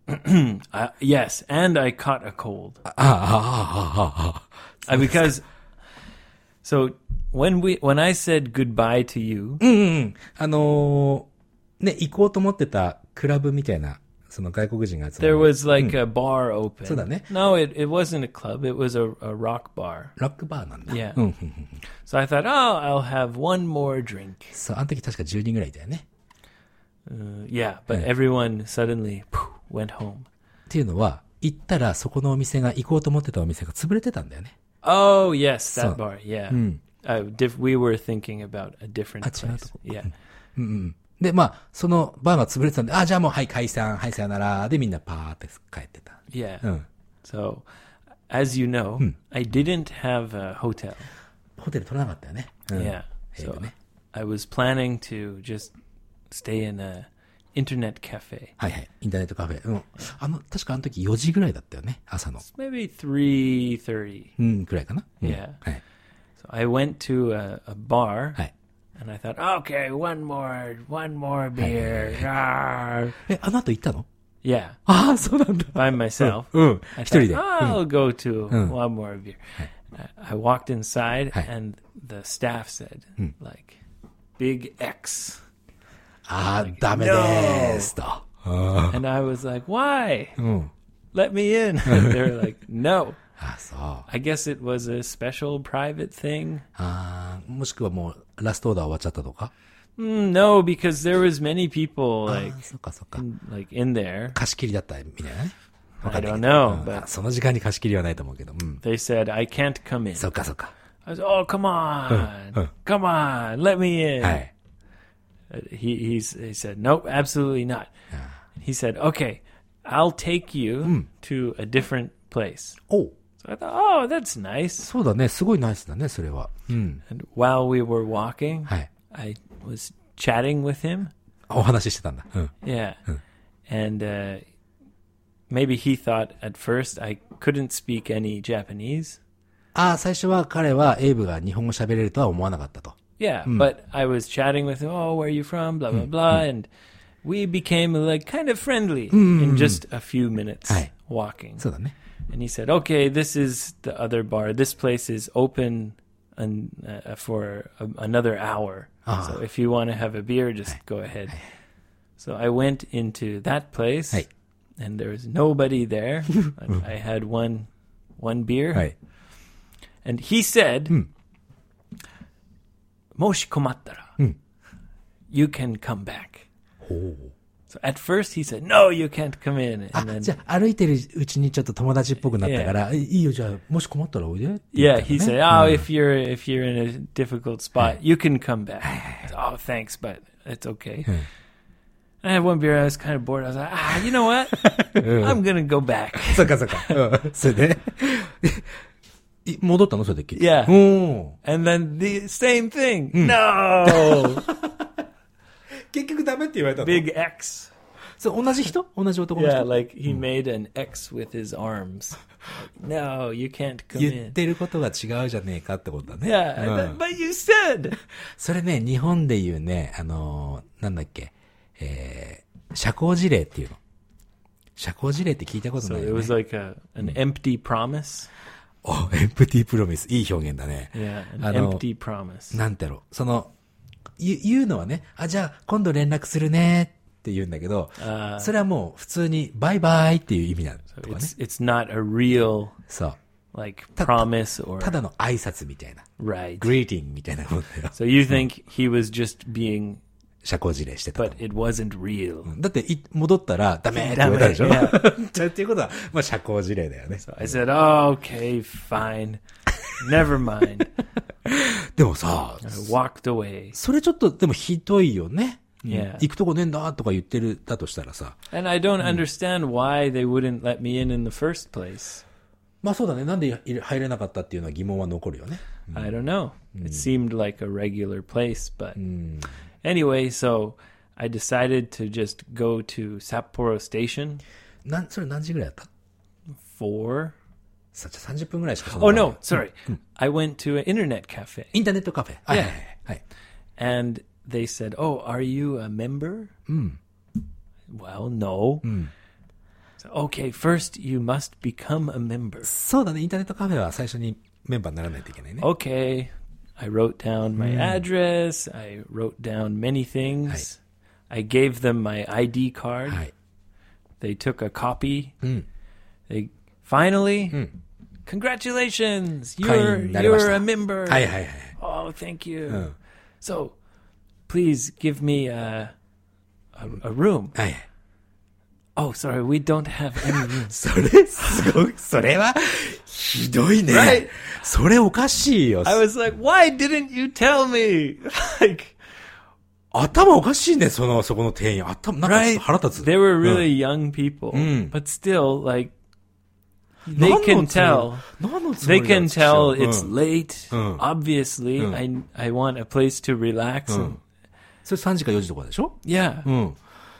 Speaker 1: Uh, yes, and I caught a cold.
Speaker 2: ああ、ああ、ああ、ああ。
Speaker 1: Uh, because so when we when I said goodbye to you,
Speaker 2: うんうんうん。あのーね、行こうと思ってたクラブみたいな、その外国人が集ま
Speaker 1: there
Speaker 2: る。
Speaker 1: was like a bar open.
Speaker 2: そうだね。
Speaker 1: No, it, it wasn't a club. It was a, a rock bar.
Speaker 2: ロックバーなんだ。
Speaker 1: Yeah.
Speaker 2: うんうんうん。
Speaker 1: So I thought, "Oh, I'll have one more drink."
Speaker 2: そう、あの時確か10人ぐらいだよね。
Speaker 1: Uh, yeah, but everyone suddenly phew, went home.
Speaker 2: っていうのは、行ったらそこのお店が、行こうと思ってたお店が潰れてたんだよね。
Speaker 1: Oh yes, that
Speaker 2: So- mm.
Speaker 1: bar. Yeah, uh, diff- we were thinking about a different
Speaker 2: That's Mm-hmm.
Speaker 1: place.
Speaker 2: another-
Speaker 1: Yeah,
Speaker 2: で、まあ、そのバーが潰れてたんで、あ、じゃあもう、はい、解散、はい、さよなら。で、みんなパーって帰ってた。
Speaker 1: yeah.
Speaker 2: うん。
Speaker 1: So, as you know, I didn't have a hotel.
Speaker 2: ホテル取らなかったよね。うん
Speaker 1: Yeah,
Speaker 2: 平
Speaker 1: so
Speaker 2: 部ね。
Speaker 1: I was planning to just stay in a internet cafe,
Speaker 2: はいはい。インターネットカフェ。うん。あの、確かあの時4時ぐらいだったよね。朝の。
Speaker 1: maybe three thirty.
Speaker 2: うん、くらいかな。うん
Speaker 1: Yeah.
Speaker 2: はい。
Speaker 1: So I went to a, a bar.
Speaker 2: はい。
Speaker 1: And I thought, okay, one more, one more beer. Rawr.
Speaker 2: え、あの後行ったの
Speaker 1: yeah,
Speaker 2: ああ、そうなんだ。
Speaker 1: by myself.
Speaker 2: うん。
Speaker 1: I
Speaker 2: 一人
Speaker 1: thought,
Speaker 2: で。
Speaker 1: I'll go to one more beer. I, I walked inside, and the staff said, like, big X.
Speaker 2: ああ、ダメでーすと。あ
Speaker 1: And I was like, why?
Speaker 2: ーうん。
Speaker 1: Let me in. they were like, no.
Speaker 2: ああ、そう。あ
Speaker 1: I guess it was a special private thing.
Speaker 2: あー、もしくはもう、ラストオーダー終わっちゃったとか。
Speaker 1: Mm, no,
Speaker 2: Ah.
Speaker 1: because there was many people
Speaker 2: あ
Speaker 1: like
Speaker 2: あ、そっかそっか。
Speaker 1: like in there.
Speaker 2: 貸し切りだったみたいなね。わかんないけど
Speaker 1: I don't know,
Speaker 2: うん
Speaker 1: but-
Speaker 2: その時間に貸し切りはないと思うけど。うん。
Speaker 1: They said, I can't come in.
Speaker 2: そっかそっか。
Speaker 1: I was, oh, come on.
Speaker 2: huh.
Speaker 1: Come on. Let me
Speaker 2: は
Speaker 1: in.
Speaker 2: い。
Speaker 1: He, he's, he said, nope, absolutely not. He said, okay, I'll take you to a different place.
Speaker 2: お
Speaker 1: So I thought, oh, that's nice.
Speaker 2: そうだね。すごいナイスだね、それは。うん。
Speaker 1: And while we were walking,
Speaker 2: はい。
Speaker 1: I was chatting with him.
Speaker 2: お話ししてたんだ。うん。
Speaker 1: Yeah. And uh, maybe he thought at first I couldn't speak any Japanese.
Speaker 2: ああ、最初は彼はエイブが日本語喋れるとは思わなかったと。
Speaker 1: Yeah, but I was chatting with him. Oh, where are you from? Blah blah blah, and we became like kind of friendly in just a few minutes
Speaker 2: Aye.
Speaker 1: walking.
Speaker 2: そうだね。
Speaker 1: and he said, "Okay, this is the other bar. This place is open an, uh, for a, another hour. So if you want to have a beer, just go ahead." So I went into that place,
Speaker 2: Aye.
Speaker 1: and there was nobody there. I, I had one one beer,
Speaker 2: はい。
Speaker 1: and he said, "Moshi komattara, you can come back."
Speaker 2: ほう。
Speaker 1: So at first he said, "No, you can't come in." And
Speaker 2: あ、
Speaker 1: then
Speaker 2: じゃあ歩いてるうちにちょっと友達っぽくなったから、いいよ、じゃあ、もし困ったらおいでって言っ
Speaker 1: yeah,
Speaker 2: たんだね。
Speaker 1: he said, "Oh, if you're if you're in a difficult spot, you can come back." I said, oh, thanks, but it's okay. I had one beer. I was kind of bored. I was like, "Ah, you know what? I'm gonna go back."
Speaker 2: そっかそっか。うん。それで、い戻ったのそれで結局。
Speaker 1: Yeah.
Speaker 2: うん。
Speaker 1: And then the same thing. No,
Speaker 2: 結局ダメって言われたの
Speaker 1: big X.
Speaker 2: そう同じ人同じ男の
Speaker 1: Yeah,
Speaker 2: 人
Speaker 1: like he made an X with his arms. Like, no, you can't come
Speaker 2: 言っ
Speaker 1: in.
Speaker 2: てることが違うじゃねえかってことだね。
Speaker 1: Yeah,
Speaker 2: う
Speaker 1: that-
Speaker 2: ん
Speaker 1: but you said
Speaker 2: それね、日本で言うね、あのーなんだっけ、えー、社交辞令っていうの。社交辞令って聞いたこと
Speaker 1: so.
Speaker 2: ない
Speaker 1: It
Speaker 2: よね
Speaker 1: was。like a an empty promise.
Speaker 2: お、 エンプティプロミス。いい表現だね。
Speaker 1: Yeah, an
Speaker 2: あの、
Speaker 1: empty promise.
Speaker 2: なんてやろう。その、言う言うのはね、あ、じゃあ今度連絡するねって言うんだけど、
Speaker 1: あー
Speaker 2: それはもう普通にバイバイっていう意味なんとかね。
Speaker 1: It's it's not a real
Speaker 2: そう。
Speaker 1: like
Speaker 2: Ta-
Speaker 1: promise or
Speaker 2: ただの挨拶みたいな。
Speaker 1: right.
Speaker 2: グリーティングみたいなもんだよ。
Speaker 1: So you think he was just being,
Speaker 2: 社交辞令してたと
Speaker 1: but it wasn't real.
Speaker 2: だってい、戻ったらダメって言われたでしょ じゃあっていうことは、まあ社交辞令だよね。
Speaker 1: I said, "Oh, okay, fine, never mind."
Speaker 2: でもさ、
Speaker 1: I walked away,
Speaker 2: それちょっとでもひどいよね。
Speaker 1: Yeah.
Speaker 2: 行くとこねえんだとか言ってるだとしたらさ。
Speaker 1: and I don't understand why they wouldn't let me in in the first place.
Speaker 2: まあそうだね。なんでい入れなかったっていうのは疑問は残るよね。
Speaker 1: I don't know. It seemed like a regular place, but anyway, so I decided to just go to Sapporo Station
Speaker 2: なん、それ何時ぐらいだった
Speaker 1: for.
Speaker 2: さじゃあ30分ぐらいしかその
Speaker 1: Oh
Speaker 2: 前
Speaker 1: no, sorry. I went to an internet cafe.
Speaker 2: インターネットカフェ。はいはいはいはい。
Speaker 1: and they said, "Oh, are you a member?" Well, no. So, okay, first you must become a member.
Speaker 2: そうだね。インターネットカフェは最初にメンバーにならないといけないね。
Speaker 1: Okay, I wrote down my address. I wrote down many things. I gave them my ID card.
Speaker 2: はい。
Speaker 1: They took a copy. They finally, congratulations, you're
Speaker 2: 会員になりました。
Speaker 1: you're a member.
Speaker 2: はいはいはい。
Speaker 1: Oh, thank you. So, please give me a, a a room.
Speaker 2: はいはい。
Speaker 1: Oh, sorry, we don't have any room.
Speaker 2: それ、すごい、 それは、ひどいね。
Speaker 1: Right.
Speaker 2: それおかしいよ。
Speaker 1: I was like, why didn't you tell me? like,
Speaker 2: 頭おかしいね、その、そこの店員。頭、なんかちょっ
Speaker 1: right?
Speaker 2: と腹立つ。
Speaker 1: They were really young people, but still, like,
Speaker 2: 何
Speaker 1: they
Speaker 2: のつもり
Speaker 1: can tell.
Speaker 2: 何のつも
Speaker 1: They
Speaker 2: りだ
Speaker 1: can tell
Speaker 2: うん
Speaker 1: it's late.
Speaker 2: Mm.
Speaker 1: Obviously, I I want a place to relax. And,
Speaker 2: それ3時か4時とかでしょ
Speaker 1: yeah,
Speaker 2: うん。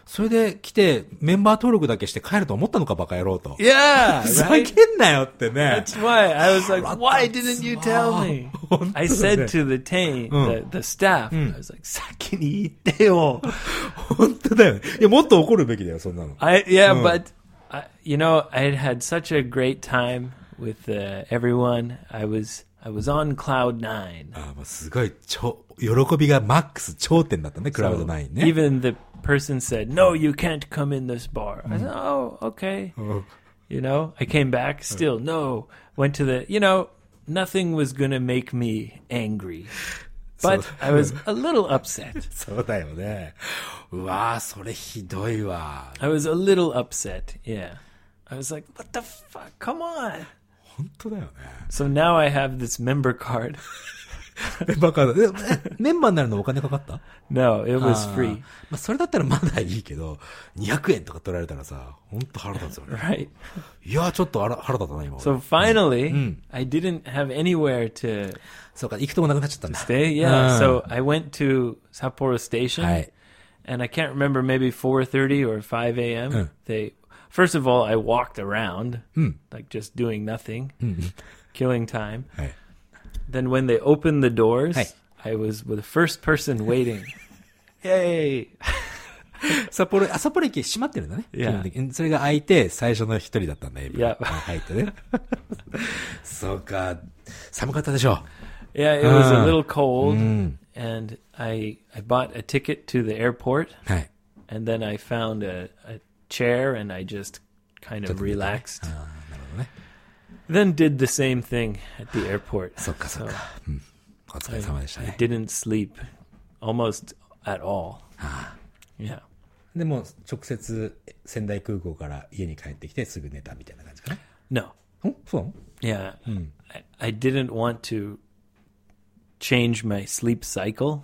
Speaker 2: それで来て、メンバー登録だけして帰ると思ったのか、バカ野郎と。
Speaker 1: yeah.
Speaker 2: ふざ
Speaker 1: right?
Speaker 2: けんなよってね。
Speaker 1: That's why I was like, why didn't you tell me? I said to the team, the, the staff, I was like, Sakini Deo.
Speaker 2: 本当だよね。いや、もっと怒るべきだよ、そんなの。
Speaker 1: I yeah, but I, you know, I had had such a great time with uh, everyone. I was I was on cloud nine.
Speaker 2: ああ、もうすごい、超、喜びがマックス頂点だったね、クラウド9ね。
Speaker 1: Even the person said, "No, you can't come in this bar." I said, "Oh, okay." You know, I came back. Still, no. Went to the. You know, nothing was gonna make me angry, but
Speaker 2: So-
Speaker 1: I was a little upset.
Speaker 2: そうだよね。うわーそれひどいわ。
Speaker 1: I was a little upset. Yeah. I was like, what the fuck? Come on.
Speaker 2: 本当 だよね。
Speaker 1: So now I have this member card.
Speaker 2: メンバーカード。えメンバーになるのお金かかった
Speaker 1: No, it was
Speaker 2: あー
Speaker 1: free.
Speaker 2: まあ、それだったらまだいいけど、200円とか取られたらさ、ほんと腹立つ よね。
Speaker 1: Right.
Speaker 2: いやー、ちょっとあら腹立たない、今俺。
Speaker 1: So finally, I didn't have anywhere to
Speaker 2: そうか、行くとこなくなっちゃったんだ。
Speaker 1: stay. Yeah.
Speaker 2: うん
Speaker 1: So I went to Sapporo Station.
Speaker 2: はい。
Speaker 1: and I can't remember maybe 4:30 or 5 a.m.
Speaker 2: Mm.
Speaker 1: They first of all, I walked around, like just doing nothing, killing time.
Speaker 2: はい。
Speaker 1: Then when they opened the doors,
Speaker 2: Hey.
Speaker 1: I was the first person waiting. Yay!
Speaker 2: 札幌、あ、札幌駅閉まってるんだね。
Speaker 1: いや
Speaker 2: 基本的にそれが開いて、最初の一人だったんだ、エイブ
Speaker 1: いや
Speaker 2: あ入ってね。 そうか、寒かったでしょ
Speaker 1: Yeah, it was a
Speaker 2: Ah.
Speaker 1: little cold, and I I bought a ticket to the airport,
Speaker 2: う。はい。
Speaker 1: and then I found a, a chair and I just kind of relaxed.
Speaker 2: あーなるほどね。
Speaker 1: Then did the same thing at the airport.
Speaker 2: そっかそっか。うん。お疲れ様でした
Speaker 1: I
Speaker 2: ね。
Speaker 1: didn't sleep almost at all. Yeah.
Speaker 2: でも、直接、仙台空港から家に帰ってきて、すぐ寝たみたいな感じかな。
Speaker 1: No.
Speaker 2: んそうなの
Speaker 1: Yeah. I, I didn't want to change my sleep cycle.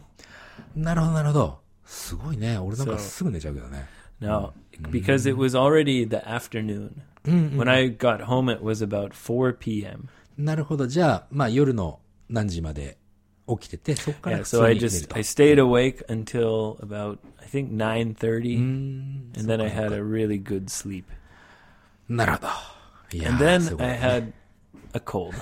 Speaker 2: なるほど、なるほど。すごいね。俺な
Speaker 1: そ
Speaker 2: んか
Speaker 1: う
Speaker 2: すぐ寝ちゃうけどね。
Speaker 1: No, because it was already the afternoon. When I got home, it was about 4 p.m.
Speaker 2: なるほど。じゃあ、まあ夜の何時まで起きてて、そこから
Speaker 1: Yeah,
Speaker 2: 普
Speaker 1: so
Speaker 2: 通
Speaker 1: I
Speaker 2: に寝る
Speaker 1: just
Speaker 2: と
Speaker 1: I stayed awake until about I think 9:30,
Speaker 2: うん。
Speaker 1: and then I had a really good sleep.
Speaker 2: なるほど。いや
Speaker 1: And
Speaker 2: ーす
Speaker 1: then
Speaker 2: ごい
Speaker 1: I had
Speaker 2: ね
Speaker 1: a cold,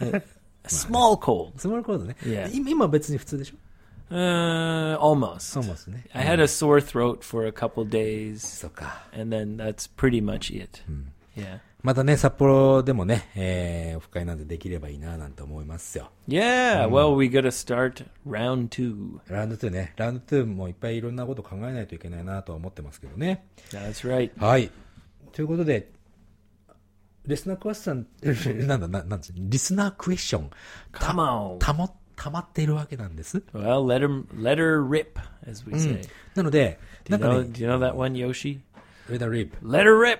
Speaker 1: a small cold,
Speaker 2: スモールコードね。
Speaker 1: Yeah.
Speaker 2: 今今別に普通でしょ
Speaker 1: uh, almost.
Speaker 2: うですね
Speaker 1: I had a sore throat for a couple days,
Speaker 2: そうか。
Speaker 1: and then that's pretty much it. Yeah.
Speaker 2: またね、札幌でもね、えー、オフ会なんてできればいいななんて思いますよ。
Speaker 1: Yeah. Well, we got to start round two.
Speaker 2: ラウンド2ね。ラウンド2もいっぱいいろんなこと考えないといけないなとは思ってますけどね。
Speaker 1: That's right.
Speaker 2: はい。ということで、リスナークエスチョン、 えなんだ、ななんつうリスナークエスチョン。
Speaker 1: Come on.
Speaker 2: たも、たまっているわけなんです。
Speaker 1: Well, let her let her rip, as we say.
Speaker 2: なので、
Speaker 1: Do
Speaker 2: な
Speaker 1: you
Speaker 2: んか
Speaker 1: know?
Speaker 2: ね
Speaker 1: Do、you know Hmm. that one Yoshi?
Speaker 2: レダーリープ、
Speaker 1: Let her rip.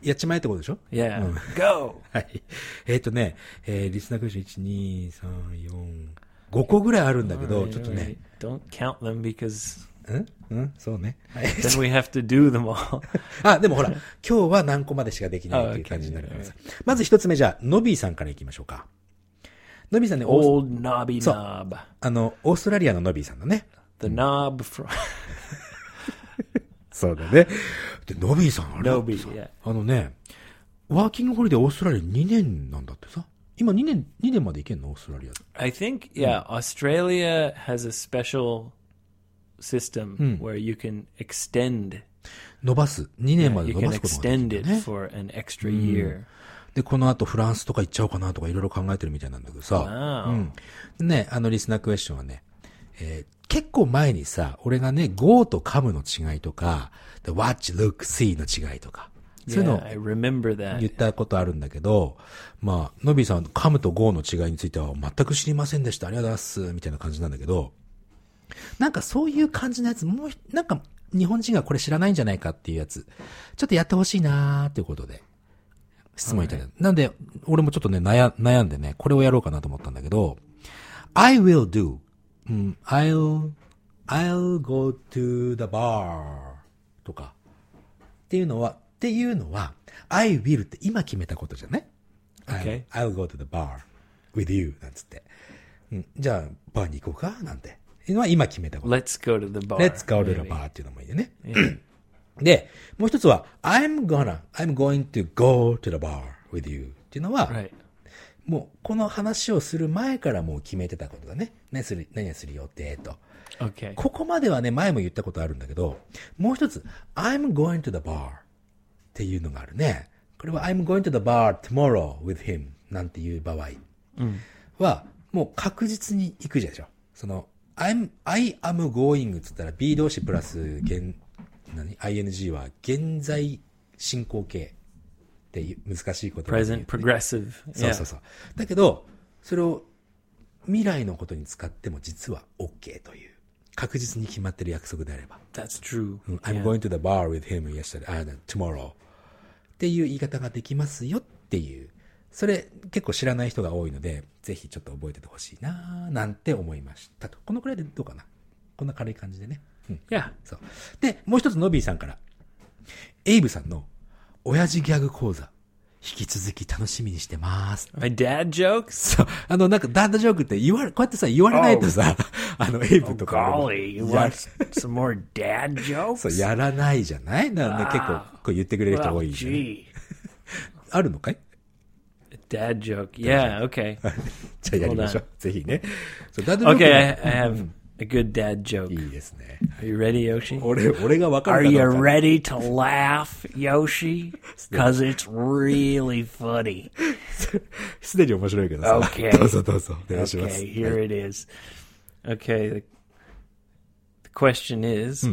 Speaker 2: やっちまえってことでしょ
Speaker 1: Yeah.
Speaker 2: Hmm.
Speaker 1: Go.
Speaker 2: はい。えっ、とね、えーリスナークエスチョン1、2、3、4、5個ぐらいあるんだけど、ちょっとね、
Speaker 1: Don't count them because
Speaker 2: うんうんそうね。はい
Speaker 1: then we have to do them all.
Speaker 2: あ、でもほら、今日は何個までしかできないっていう感じになるからさ。まず一つ目じゃあ、ノビーさんからいきましょうか。ノビーさんね、オー
Speaker 1: Old knobby
Speaker 2: So- Hmm.
Speaker 1: knob.
Speaker 2: あの、オーストラリアのノビーさんだね。
Speaker 1: The knob from
Speaker 2: そうだね。で、ノビーさん、あれだって
Speaker 1: Nobi.
Speaker 2: さ
Speaker 1: Yeah.
Speaker 2: あのね、ワーキングホリデーオーストラリア2年なんだってさ。今2年、2年まで行けんのオーストラリア。
Speaker 1: I think yeah,
Speaker 2: Hmm.
Speaker 1: Australia has a special system
Speaker 2: Hmm.
Speaker 1: where you can extend
Speaker 2: 伸ばす。2年まで
Speaker 1: you
Speaker 2: 伸
Speaker 1: can
Speaker 2: ばすことができるん
Speaker 1: extend
Speaker 2: だよ
Speaker 1: it
Speaker 2: ね。
Speaker 1: for an extra
Speaker 2: Hmm.
Speaker 1: year.
Speaker 2: で、この後フランスとか行っちゃおうかなとかいろいろ考えてるみたいなんだけどさ。
Speaker 1: Wow.
Speaker 2: でね、あのリスナークエスチョンはね、えー結構前にさ、俺がね、go と come の違いとか、で watch, look, see の違いとか、そういうの
Speaker 1: Yeah,
Speaker 2: を
Speaker 1: I remember
Speaker 2: 言っ
Speaker 1: that.
Speaker 2: たことあるんだけど、まあ、のびさん、come と go の違いについては全く知りませんでした。ありがとうございます。みたいな感じなんだけど、なんかそういう感じのやつ、もう、なんか日本人がこれ知らないんじゃないかっていうやつ、ちょっとやってほしいなーっていうことで、質問いただいた。なんで、俺もちょっとね、悩悩んでね、これをやろうかなと思ったんだけど、I will do. うん、I'll, I'll go to the bar. とか。っていうのは、っていうのは、I will って今決めたことじゃね
Speaker 1: Okay.
Speaker 2: I'll, I'll go to the bar with you. なんつって。うん、じゃあ、バーに行こうかなんて。いうのは今決めたこと。
Speaker 1: Let's go to the bar.
Speaker 2: Let's go to the bar っていうのもいいよね。 で、もう一つは、I'm gonna, I'm going to go to the bar with you っていうのは、
Speaker 1: Right.
Speaker 2: もうこの話をする前からもう決めてたことだね。何する、何をする予定と。
Speaker 1: Okay.
Speaker 2: ここまではね、前も言ったことあるんだけど、もう一つ、I'm going to the bar っていうのがあるね。これは I'm going to the bar tomorrow with him なんていう場合は、もう確実に行くじゃんでしょ。その、I'm, I am going っつったら B 動詞プラス現、何 ?ing は現在進行形っていう難しいこと
Speaker 1: Present progressive.
Speaker 2: そう
Speaker 1: Yeah.
Speaker 2: そうそう。だけど、それを未来のことに使っても実は OK という。確実に決まってる約束であれば。
Speaker 1: That's true.
Speaker 2: Hmm. うん I'm going to the bar with him yesterday, uh, tomorrow. っっていう言い方ができますよっていう、それ結構知らない人が多いので、ぜひちょっと覚えててほしいなぁなんて思いましたと。このくらいでどうかなこんな軽い感じでね。うん。
Speaker 1: Yeah.
Speaker 2: そう。で、もう一つノビーさんから。エイブさんの親父ギャグ講座、引き続き楽しみにしてます。
Speaker 1: My dad jokes?
Speaker 2: そう。あの、なんか、ダンダジョークって言われ、こうやってさ、言われないとさ、あの、エイブとかも。
Speaker 1: Golly, you want some more dad jokes?
Speaker 2: そう、やらないじゃないなので、
Speaker 1: あー
Speaker 2: 結構、こう言ってくれる人
Speaker 1: Well,
Speaker 2: 多いじゃない
Speaker 1: gee.
Speaker 2: あるのかい
Speaker 1: Dad joke. Yeah, okay.
Speaker 2: じゃあやりましょう。ぜひね。そう、ダンダジョーク
Speaker 1: Okay, I,
Speaker 2: は
Speaker 1: I have a good dad joke.
Speaker 2: いいですね。
Speaker 1: Are you ready, Yoshi?
Speaker 2: 俺、俺がわか
Speaker 1: Are
Speaker 2: るか
Speaker 1: you
Speaker 2: どうか。
Speaker 1: ready to laugh, Yoshi? Because it's really funny.
Speaker 2: すでに面白いけどさ。
Speaker 1: Okay.
Speaker 2: どうぞどうぞ。お願いします。
Speaker 1: Okay, here it is. Okay, the, the question is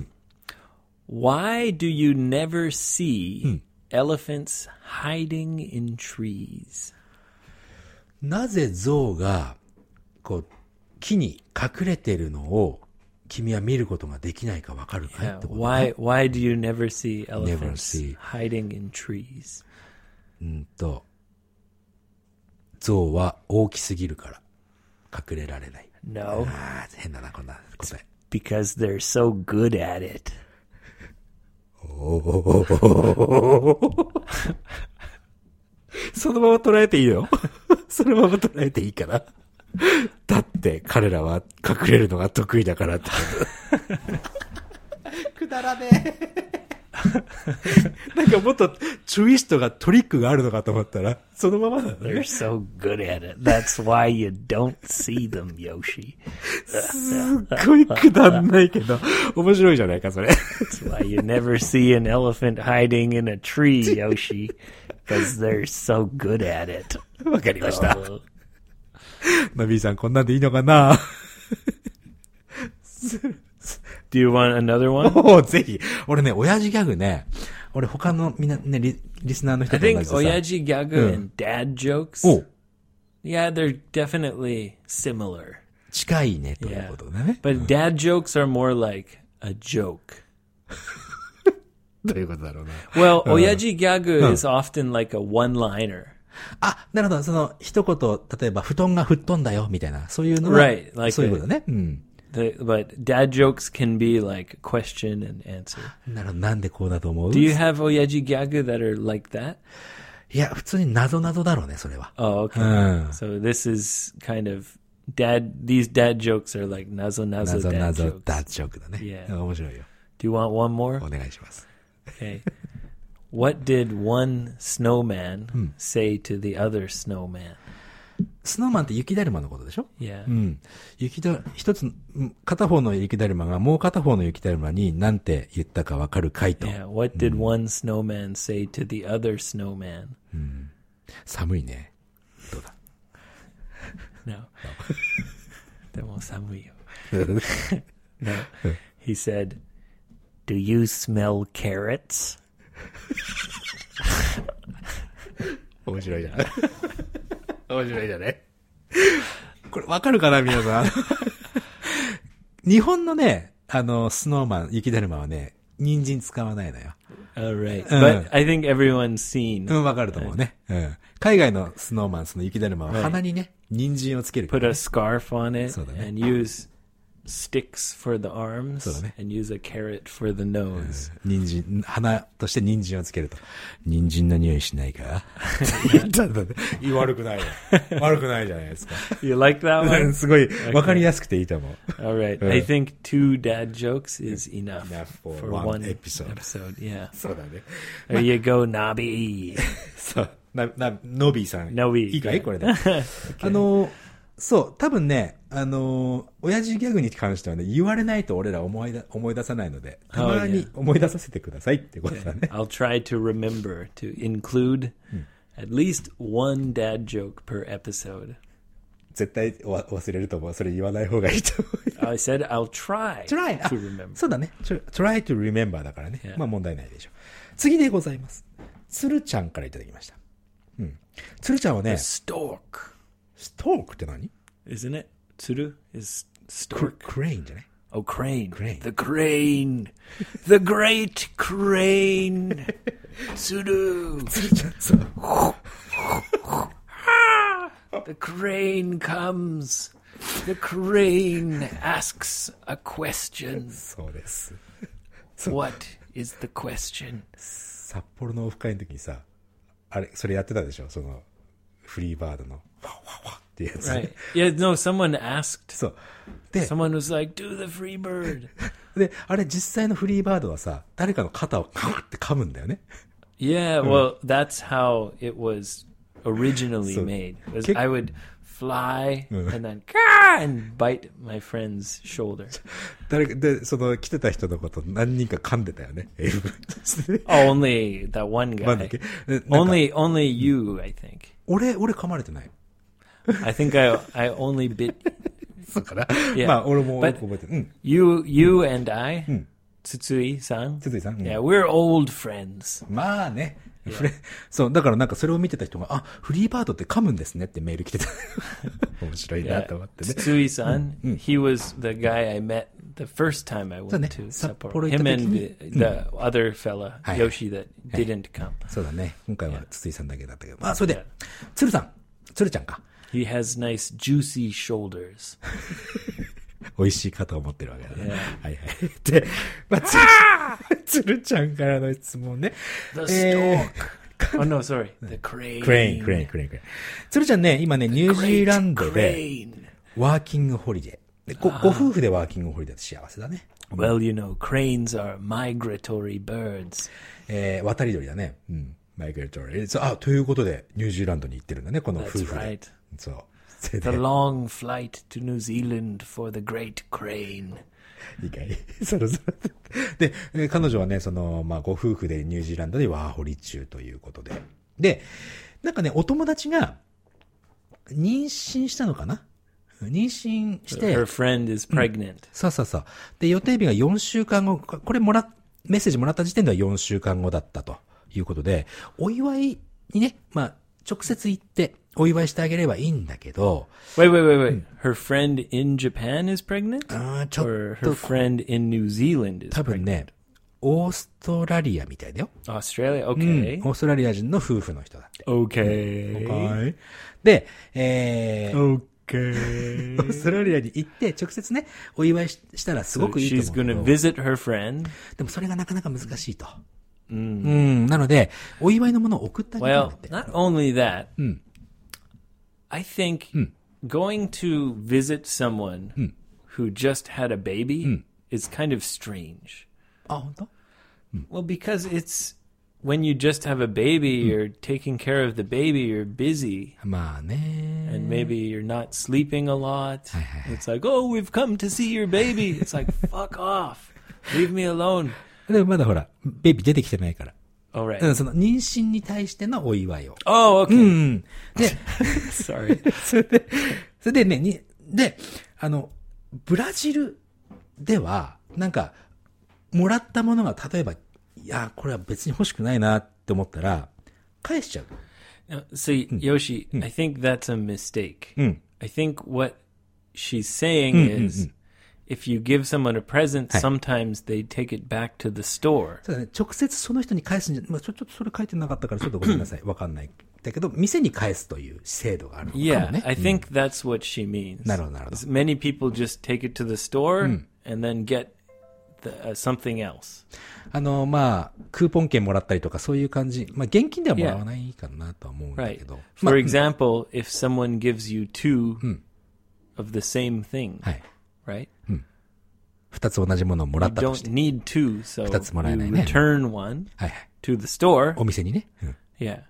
Speaker 1: why do you never see elephants hiding in trees?
Speaker 2: なぜ象が、こう、木に隠れてるのを、君は見ることができないかわかるかい
Speaker 1: Yeah,
Speaker 2: ってこと。
Speaker 1: why why do you never see elephants
Speaker 2: see.
Speaker 1: hiding in trees?
Speaker 2: うんと、象は大きすぎるから、隠れられない。
Speaker 1: No,
Speaker 2: ああ、変だな、こんな答え。
Speaker 1: Uh, because they're so good at it.
Speaker 2: そのまま捉えていいよ。 そのまま捉えていいから。だって彼らは隠れるのが得意だからって。 くだらねえ。 なんかもっとチュイストがトリックがあるのかと思ったら、そのままだね。
Speaker 1: They're so good at it. That's why you don't see them, Yoshi.
Speaker 2: すっごいくだんないけど、 面白いじゃないか、それ。
Speaker 1: That's why you never see an elephant hiding in a tree, Yoshi, because they're so good at it.
Speaker 2: わかりました。
Speaker 1: Uh,
Speaker 2: のびーさん、こんなんでいいのかな
Speaker 1: do you want another one?
Speaker 2: おお、ぜひ。俺ね、親父ギャグね、俺他のみんなね、リリスナーの人
Speaker 1: I
Speaker 2: と同じ
Speaker 1: think
Speaker 2: でさ。
Speaker 1: Oyaji Gaga and dad jokes.
Speaker 2: お
Speaker 1: Yeah, they're definitely similar.
Speaker 2: 近いね、ということだね。
Speaker 1: But dad jokes are more like a joke.
Speaker 2: どういうことだろうな。
Speaker 1: Well, Oyaji Gaga is often like a one liner.
Speaker 2: あ、なるほど。その、一言、例えば、布団が吹っ飛んだよ、みたいな、そういうの
Speaker 1: Right, like uh,
Speaker 2: そういうことね。うん。
Speaker 1: The, but dad jokes can be like question and answer.
Speaker 2: なるほど。なんでこうだと思う
Speaker 1: Do you have Oyaji Gaga that are like that?
Speaker 2: いや、普通に謎謎だろうね、それは。
Speaker 1: Oh, okay.
Speaker 2: うん。
Speaker 1: So this is kind of dad. These dad jokes are like nazo nazo
Speaker 2: 謎
Speaker 1: dad
Speaker 2: 謎
Speaker 1: jokes.
Speaker 2: ダッチョークだね。
Speaker 1: Yeah.
Speaker 2: 面白いよ。
Speaker 1: Do you want one more?
Speaker 2: お願いします。
Speaker 1: Okay. what did one snowman say to the other snowman?
Speaker 2: スノーマンって雪だるまのことでしょ
Speaker 1: Yeah.
Speaker 2: うん。雪だ、一つ、うん片方の雪だるまがもう片方の雪だるまに何て言ったかわかるかいと。
Speaker 1: Yeah. What did one snowman say to the other snowman?
Speaker 2: 寒いね。どうだ
Speaker 1: No. That won't sound real. No. He said, "Do you smell carrots?"
Speaker 2: 面白いじ ゃん。面白いじゃね。これわかるかな皆 さん。日本のね、あの、スノーマン、雪だるまはね、人参使わないのよ。
Speaker 1: All Oh, right.
Speaker 2: Uh. Oh.
Speaker 1: But I think everyone's seen
Speaker 2: うん、わかると思うね。うん。海外のスノーマン、その雪だるまは
Speaker 1: はい
Speaker 2: 鼻にね、人参をつけるか
Speaker 1: put
Speaker 2: ら
Speaker 1: a scarf on it
Speaker 2: So then, eh?
Speaker 1: and use sticks for the arms
Speaker 2: So then, eh?
Speaker 1: and use a carrot for the nose.
Speaker 2: 人参、花として人参をつけると。人参の匂いしないか言ったんだね。悪く ないよ。悪くないじゃないですか。
Speaker 1: You like that one?
Speaker 2: すごい、わかりやすくていいと思う。
Speaker 1: All right. I think two dad jokes is enough,
Speaker 2: Uh. Enough for one episode.
Speaker 1: episode, Yeah.
Speaker 2: そうだね。
Speaker 1: There you go, Nobby.
Speaker 2: そう。な、な、ノビーさん。
Speaker 1: ノビー
Speaker 2: いいかいこれ で。あの、そう、多分ね、あの、親父ギャグに関してはね、言われないと俺ら思いだ思い出さないので、たまに思い出させてくださいってことだね。
Speaker 1: I'll try to remember to include at least one dad joke per episode.
Speaker 2: 絶対わ忘れると思う。それ言わない方がいいと思う。
Speaker 1: I said I'll try,
Speaker 2: try
Speaker 1: to remember.
Speaker 2: そうだね。try try to remember だからね。
Speaker 1: Yeah.
Speaker 2: まあ問題ないでしょう。次でございます。つるちゃんからいただきました。うん。つるちゃんはね、ス
Speaker 1: Stork,
Speaker 2: トークって何
Speaker 1: isn't it? Tsuru is
Speaker 2: ク
Speaker 1: stork.
Speaker 2: クレインじゃない
Speaker 1: Oh, crane.
Speaker 2: Crane.
Speaker 1: The crane. The great crane. スルー
Speaker 2: 釣れちゃう。そう。
Speaker 1: The crane comes. The crane asks a question.
Speaker 2: そうです。
Speaker 1: What is the question?
Speaker 2: 札幌のオフ会の時にさ、あれ、それやってたでしょその、フリーバードの、ワッワッワッっていうやつ。
Speaker 1: Right. Yeah, no, someone asked.
Speaker 2: そう。で、
Speaker 1: Someone was like, do the free bird.
Speaker 2: で、あれ実際のフリーバードはさ、誰かの肩をカッって噛むんだよね。
Speaker 1: Yeah, well, that's how it was originally
Speaker 2: So-
Speaker 1: made. Was
Speaker 2: Kick-
Speaker 1: I would fly and then "Gah!" and bite my friend's shoulder.
Speaker 2: 誰か、で、その来てた人のこと何人か噛んでたよね。英文として ね
Speaker 1: Oh, only that one
Speaker 2: なんだっ
Speaker 1: guy.
Speaker 2: けでなんか
Speaker 1: Only only you, I think.
Speaker 2: 俺、俺噛まれてない。
Speaker 1: I think I I only bit
Speaker 2: そうかな。
Speaker 1: や
Speaker 2: まあ、俺もよ
Speaker 1: But-
Speaker 2: く覚えてる。うん。
Speaker 1: you you and I, Hmm. Tsutsui-san.
Speaker 2: つついさん。うん
Speaker 1: Yeah, we're old friends.
Speaker 2: まあね。フレそう、だからなんかそれを見てた人が、あ、フリーバードって噛むんですねってメール来て た。面白いな
Speaker 1: Yeah.
Speaker 2: と思ってね。
Speaker 1: Tsutsui-san, he was the guy I met the first time I
Speaker 2: そうね。
Speaker 1: went to
Speaker 2: 札幌行った時に、
Speaker 1: Sapporo. Mm. Him and the, the other fella,
Speaker 2: はいはい。
Speaker 1: Yoshi, that didn't come.
Speaker 2: そうだね。今回はつついさんだけだったけど。まあ、それで、つるさん。つるちゃんか。
Speaker 1: He has nice juicy shoulders.
Speaker 2: 美味しい方を持ってるわけだね。はいはい。で、まあ、つる、つるちゃんからの質問ね。
Speaker 1: The
Speaker 2: えー
Speaker 1: stork. Oh no, sorry. The Eh. crane.
Speaker 2: クレイン、クレイン、クレイン、クレイン。つるちゃんね、今ね、ニュージ
Speaker 1: Great
Speaker 2: ーランドで、
Speaker 1: crane. Mm.
Speaker 2: ワーキングホリデー。でご、ご夫婦でワーキングホリデーって幸せだね。
Speaker 1: Well, you know, cranes are migratory birds.
Speaker 2: えー、渡り鳥だね。うん。マイグレートリー。そうあ、ということで、ニュージーランドに行ってるんだね、この夫
Speaker 1: That's
Speaker 2: 婦で
Speaker 1: right.。
Speaker 2: そう。それで
Speaker 1: The、long flight to New Zealand for the great crane.
Speaker 2: いいかい そろそろ。で、えー彼女はね、その、まあ、ご夫婦でニュージーランドでワーホリ中ということで。で、なんかね、お友達が、妊娠したのかな妊娠して、
Speaker 1: Her friend is pregnant.
Speaker 2: そうそうそう。で、予定日が4週間後、ここれもら、メッセージもらった時点では4週間後だったということで、お祝いにね、まあ、直接行って、お祝いしてあげればいいんだけど、
Speaker 1: Wait, wait, wait, wait. Her friend in Japan is pregnant?
Speaker 2: あーちょ
Speaker 1: Or
Speaker 2: っ
Speaker 1: her
Speaker 2: と、
Speaker 1: friend in New Zealand is
Speaker 2: 多分
Speaker 1: pregnant?
Speaker 2: ね、オーストラリアみたいだよ。
Speaker 1: Australia?
Speaker 2: うん
Speaker 1: Okay.
Speaker 2: オーストラリア人の夫婦の人だって。
Speaker 1: Hmm. Okay.
Speaker 2: はい。で、えー、
Speaker 1: Okay.
Speaker 2: オーストラリアに行って、直接ね、お祝いししたらすご
Speaker 1: So
Speaker 2: くいいと 思
Speaker 1: she's
Speaker 2: うけ
Speaker 1: going to
Speaker 2: ど。
Speaker 1: visit her friend.
Speaker 2: でもそれがなかなか難しいと。うん。なので、お祝いのものを送ってあげたん
Speaker 1: Well,
Speaker 2: だって。
Speaker 1: not only that, I think going to visit someone who just had a baby is kind of strange.
Speaker 2: あ、本当？
Speaker 1: Well, because it's when you just have a baby, you're taking care of the baby, you're busy,
Speaker 2: まあね。
Speaker 1: and maybe you're not sleeping a lot.
Speaker 2: Aye.
Speaker 1: It's like, oh, we've come to see your baby. It's like, fuck off. Leave me alone.
Speaker 2: でもまだほら、ベビー出てきてないから。
Speaker 1: All
Speaker 2: うん
Speaker 1: right.
Speaker 2: その妊娠に対してのお祝いを。
Speaker 1: Oh,
Speaker 2: う
Speaker 1: okay.
Speaker 2: ん。で、
Speaker 1: Sorry.
Speaker 2: それで、それでね、に、で、あの、ブラジルでは、なんか、もらったものが例えば、いや、これは別に欲しくないなって思ったら、返しちゃう。
Speaker 1: Now, see, Yoshi, I think that's a mistake. I think what she's saying is if you give someone a present, sometimes they take it back to the store.
Speaker 2: そうだね、直接その人に返すんじゃ、まあ、ちょ、ちょっとそれ書いてなかったからちょっとごめんなさい。わかんない。だけど、店に返すという制度があるのかも
Speaker 1: Yeah,
Speaker 2: ね。
Speaker 1: I think that's what she means.
Speaker 2: なるほど、なるほど
Speaker 1: Is。Many people just take it to the store and then get the, uh, something else.
Speaker 2: あの、まあ、クーポン券もらったりとか、そういう感じ。まあ、現金ではもらわないかなとは思うんだ
Speaker 1: Right.
Speaker 2: けど。まあ Hmm.
Speaker 1: For example, if someone gives you two of the same thing,
Speaker 2: はい。
Speaker 1: right?
Speaker 2: 二つ同じものをもら
Speaker 1: You
Speaker 2: ったとし
Speaker 1: don't
Speaker 2: て。
Speaker 1: need two, so
Speaker 2: 二つもらえないね。
Speaker 1: you return one
Speaker 2: はいはい。
Speaker 1: to the store
Speaker 2: お店にね。うん
Speaker 1: Yeah.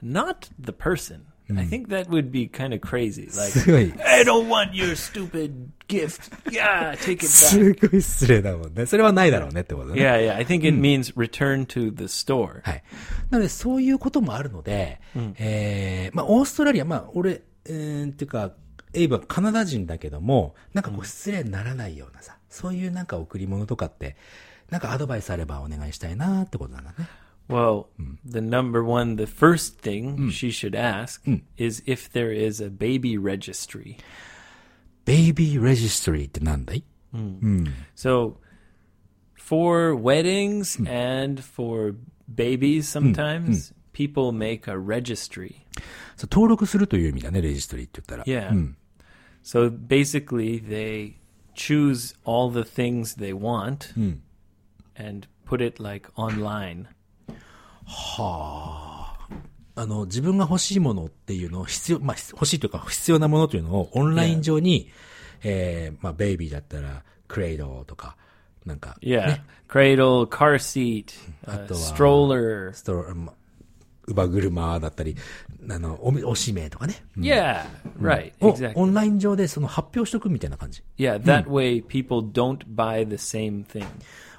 Speaker 1: Not the person. I think
Speaker 2: Hmm.
Speaker 1: that would be kind of crazy. Like,
Speaker 2: すごい、
Speaker 1: I don't want your stupid gift. Yeah, take it
Speaker 2: す
Speaker 1: back.
Speaker 2: ごい失礼だもんね。それはないだろうねってことだね。
Speaker 1: Yeah, yeah. I think it
Speaker 2: Hmm.
Speaker 1: means return to the store.
Speaker 2: はい。なので、そういうこともあるので、えー、まあ、オーストラリア、まあ、俺、えー、っていうか、エイブはカナダ人だけども、なんかこう、失礼にならないようなさ、そういうなんか贈り物とかって、なんかアドバイスあればお願いしたいなってことなんだね。
Speaker 1: Well,
Speaker 2: Hmm.
Speaker 1: the number one, the first thing she should ask
Speaker 2: Hmm.
Speaker 1: is if there is a baby registry.
Speaker 2: ベイビーレジストリーってなんだい
Speaker 1: So, for weddings and for babies sometimes people make a registry
Speaker 2: そう登録するという意味だね、レジストリーって言ったら。
Speaker 1: Yeah.
Speaker 2: うん。
Speaker 1: So basically, they choose all the things they want and put it like online.
Speaker 2: あの、自分が欲しいものっていうのを必要、まあ、必欲しいというか必要なものというのをオンライン上に、えー、まあ、ベイビーだったら、クレイドとか、なんか、
Speaker 1: Yeah. Cradle, car seat, uh,
Speaker 2: Atto wa-
Speaker 1: stroller.
Speaker 2: ストロまあ乳母車だったり、あの、おみおしめとかね。
Speaker 1: Yeah. Right.
Speaker 2: を
Speaker 1: Exactly.
Speaker 2: オンライン上でその発表しとくみたいな感じ。
Speaker 1: Yeah. That way, people don't buy the same thing.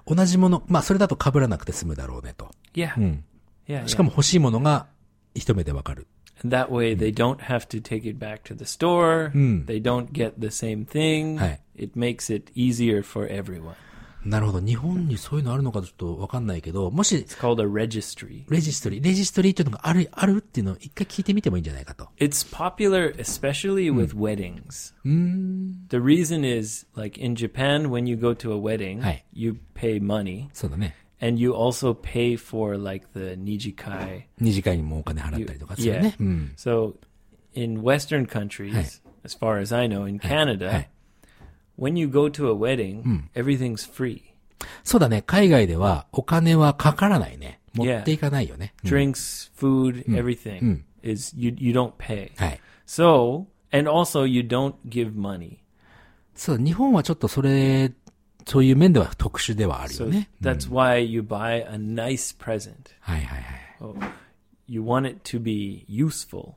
Speaker 2: 同じもの、まあ、それだと被らなくて済むだろうねと。
Speaker 1: Yeah. Yeah.
Speaker 2: しか
Speaker 1: yeah.
Speaker 2: も欲しいものが一目でわかる。
Speaker 1: And that way, they don't have to take it back to the store. They don't get the same thing.
Speaker 2: Hai.
Speaker 1: It makes it easier for everyone.
Speaker 2: なるほど。日本にそういうのあるのかちょっとわかんないけど、もし、
Speaker 1: It's called a registry.
Speaker 2: レジストリー、レジストリーというのがある、あるっていうのを一回聞いてみてもいいんじゃないかと。
Speaker 1: It's popular especially with weddings. The reason is like in Japan when you go to a wedding,
Speaker 2: Hai.
Speaker 1: you pay money
Speaker 2: そうだね。
Speaker 1: and you also pay for like the nijikai.
Speaker 2: 二次会にもお金払ったりとかする
Speaker 1: Yeah.
Speaker 2: ね。うん。
Speaker 1: So in western countries, as far as I know in Canada,
Speaker 2: Hai.
Speaker 1: when you go to a wedding, everything's free.
Speaker 2: そうだね。海外ではお金はかからないね。持
Speaker 1: Yeah.
Speaker 2: っていかないよね。うん
Speaker 1: Drinks, food, everything is you you don't pay.
Speaker 2: はい。
Speaker 1: So, and also you don't give money.
Speaker 2: そうだ、日本はちょっとそれ、そういう面では特殊ではあるよ
Speaker 1: So
Speaker 2: ね。
Speaker 1: that's why you buy a nice present. Oh,
Speaker 2: はいはいはい。
Speaker 1: You want it to be useful.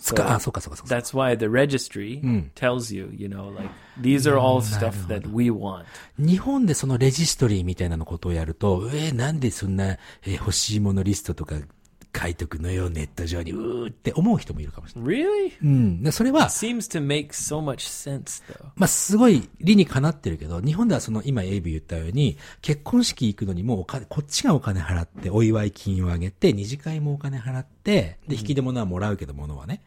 Speaker 2: つか、あ、そうかそうかそうか。
Speaker 1: That's why the registry tells you, you know, like these are all stuff that we want.
Speaker 2: 日本でそのレジストリーみたいなのことをやると、えーなんでそんな、えー欲しいものリストとか書いとくのよ、ネット上に、うーって思う人もいるかもしれない。
Speaker 1: Really?
Speaker 2: うん。でそれは、
Speaker 1: Seems to make so much sense though.
Speaker 2: まあ、すごい理にかなってるけど、日本ではその今エイビー言ったように、結婚式行くのにもうお金、こっちがお金払って、お祝い金をあげて、二次会もお金払って、で、引き出物はもらうけど、物はね。